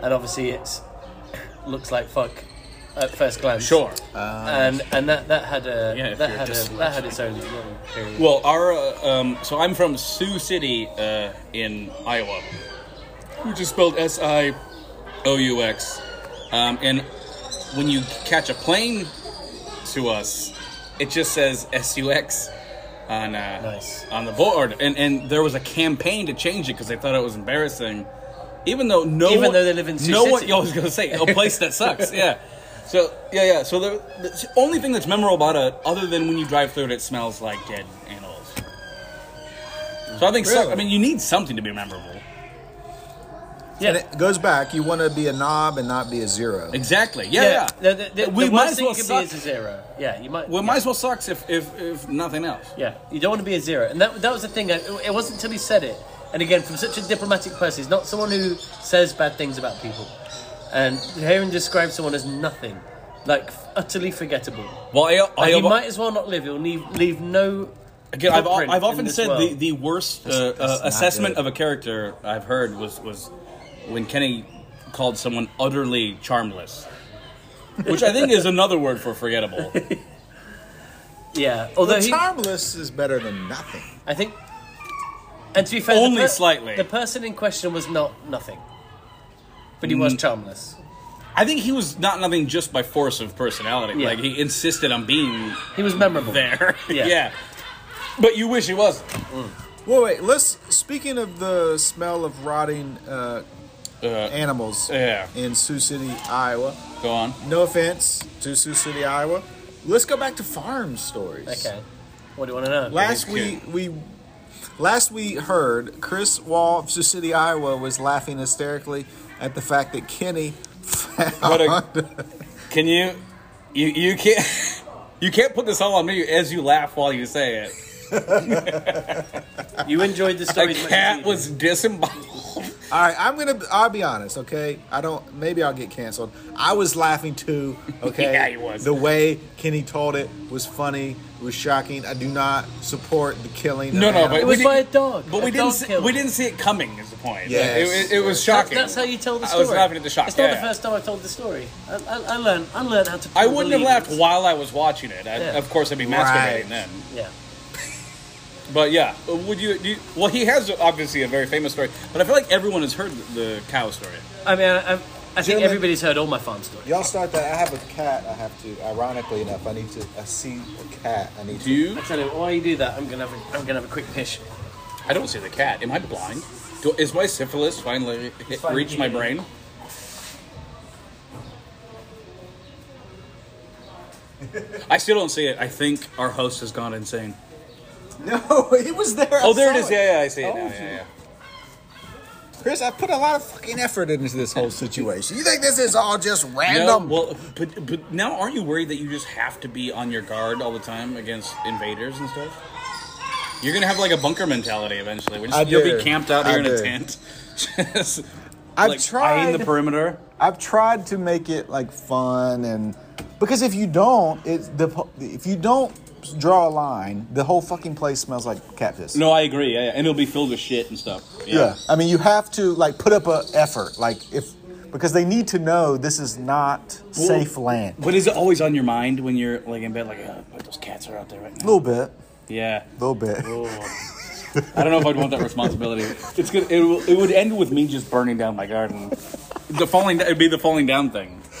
E: And obviously it's looks like fuck at first glance.
F: Sure.
D: Uh,
E: and and that, that had a
F: Yeah, if
E: that
F: you're
E: had a,
F: dyslexic.
E: that had its own little period.
F: Well, our uh, um, so I'm from Sioux City uh, in Iowa, which is spelled S I O U X, Um, and when you catch a plane to us, it just says SUX on uh,
E: Nice.
F: on the board. And and there was a campaign to change it because they thought it was embarrassing, even though no
E: Even
F: one-
E: though they live in Sioux
F: no one.
E: City.
F: I was gonna say a place that sucks. Yeah. So yeah, yeah. So the, the only thing that's memorable about it, other than when you drive through it, it smells like dead animals. So I think so,
D: Really?
F: I mean you need something to be memorable.
E: Yeah.
D: And it goes back. You want to be a knob and not be a zero.
F: Exactly. Yeah. yeah.
E: The, the, the,
F: we
E: the
F: might
E: worst
F: as
E: thing
F: well
E: you can
F: suck.
E: be is a zero. Yeah, you might.
F: Well,
E: yeah.
F: might as well sucks if if, if nothing else.
E: Yeah, you don't want to be a zero. And that, that was the thing. I, it wasn't until he said it. And again, from such a diplomatic person, he's not someone who says bad things about people. And hearing describe someone as nothing, like f- utterly forgettable.
F: Well, I, I,
E: Like, he
F: have-
E: might as well not live. He'll leave, leave no.
F: again, I've,
E: footprint
F: I've
E: in
F: often
E: this
F: said the,
E: world.
F: the worst uh,
D: That's-
F: uh,
D: that's not
F: assessment
D: good.
F: of a character I've heard was was when Kenny called someone utterly charmless, which I think is another word for forgettable.
E: Yeah, although
D: But
E: he,
D: charmless is better than nothing.
E: I think. And to be fair,
F: Only
E: the
F: slightly.
E: The person in question was not nothing, but he was
F: Mm.
E: charmless.
F: I think he was not nothing just by force of personality.
E: Yeah.
F: Like he insisted on being
E: He was memorable.
F: there.
E: Yeah.
F: But you wish he wasn't.
D: Well, wait. Let's. Speaking of the smell of rotting uh, animals
F: yeah.
D: in Sioux City, Iowa.
F: Go on.
D: No offense to Sioux City, Iowa. Let's go back to farm stories.
E: Okay, what do you want to know?
D: Last we we last we heard, Chris Wall of Sioux City, Iowa, was laughing hysterically at the fact that Kenny
F: What
D: found
F: a- Can you? You you can't. You can't put this all on me as you laugh while you say it.
E: You enjoyed the story. as much
F: A
E: as he
F: cat
E: did.
F: was disemboweled.
D: All right, I'm gonna. I'll be honest, okay. I don't. Maybe I'll get canceled. I was laughing too, okay.
F: Yeah, you was.
D: The way Kenny told it was funny. It was shocking. I do not support the killing. Of
F: No, no, but
E: It
D: animals.
F: we
E: was
F: didn't-
E: by a dog.
F: But we
E: A
F: didn't.
E: dog
F: See,
E: killed
F: we
E: him.
F: didn't see it coming. Is the point?
D: Yes.
F: Like, it, it, it
E: That's-
F: was shocking.
E: That's how you tell the
F: I
E: story.
F: was laughing at the shock.
E: It's not
F: yeah.
E: the first time I told the story. I, I, I learned. I learned how to.
F: I wouldn't have
E: believe
F: laughed
E: it.
F: while I was watching it. I,
E: Yeah.
F: Of course, I'd be masturbating
D: Right.
F: then.
E: Yeah.
F: But yeah, would you, do you? Well, he has obviously a very famous story, but I feel like everyone has heard the, the cow story.
E: I mean, I, I, I think
D: Gentlemen.
E: everybody's heard all my farm stories.
D: Y'all start that. I have a cat. I have to. Ironically enough, I need to. I see a cat. I need
F: Do
D: to.
F: you?
E: I tell you, while you do that, I'm gonna have a, I'm gonna have a quick pish.
F: I don't see the cat. Am I blind? Do, is my syphilis finally hit,
E: finally
F: reached my
E: hitting.
F: brain? I still don't see it. I think our host has gone insane.
D: No, it was there. I
F: Oh, there it
D: saw
F: is. Yeah, yeah, I see it now.
D: Oh,
F: Yeah, yeah.
D: Chris, I put a lot of fucking effort into this whole situation. You think this is all just
F: No,
D: random?
F: well, but, but now aren't you worried that you just have to be on your guard all the time against invaders and stuff? You're gonna have like a bunker mentality eventually. Which
D: I
F: you'll
D: do.
F: be camped out
D: I
F: here in a
D: do.
F: tent, just
D: I've
F: like,
D: tried.
F: eyeing the perimeter.
D: I've tried to make it like fun and because if you don't, it's the if you don't draw a line, the whole fucking place smells like cat piss.
F: No, I agree. Yeah, yeah. and it'll be filled with shit and stuff.
D: Yeah. I mean, you have to like put up a effort, like if because they need to know this is not safe land.
F: But is it always on your mind when you're like in bed, like, oh, but those cats are out there right
D: A
F: now?
D: little bit,
F: Yeah.
D: a little bit.
F: I don't know if I'd want that responsibility. It's good. It, will- it would end with me just burning down my garden. The falling, it'd be the falling down thing.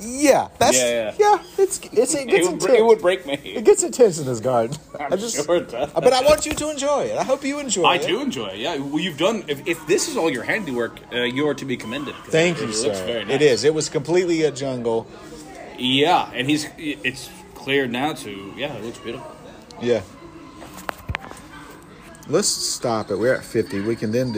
D: Yeah, that's
F: Yeah,
D: yeah.
F: yeah.
D: it's it's it gets
F: would,
D: intense.
F: br- it would break me.
D: It gets intense in this garden.
F: I'm
D: I just-
F: sure it does.
D: but I want you to enjoy it. I hope you enjoy
F: I
D: it.
F: do enjoy it. Yeah, well, you've done. If, if this is all your handiwork, uh, you are to be commended. 'cause
D: Thank
F: it-
D: you,
F: it
D: sir.
F: Looks very nice.
D: It is. It was completely a jungle.
F: Yeah, and he's. It's cleared now to. Yeah, it looks beautiful.
D: Yeah. Let's stop it. We're at 50. We can then do.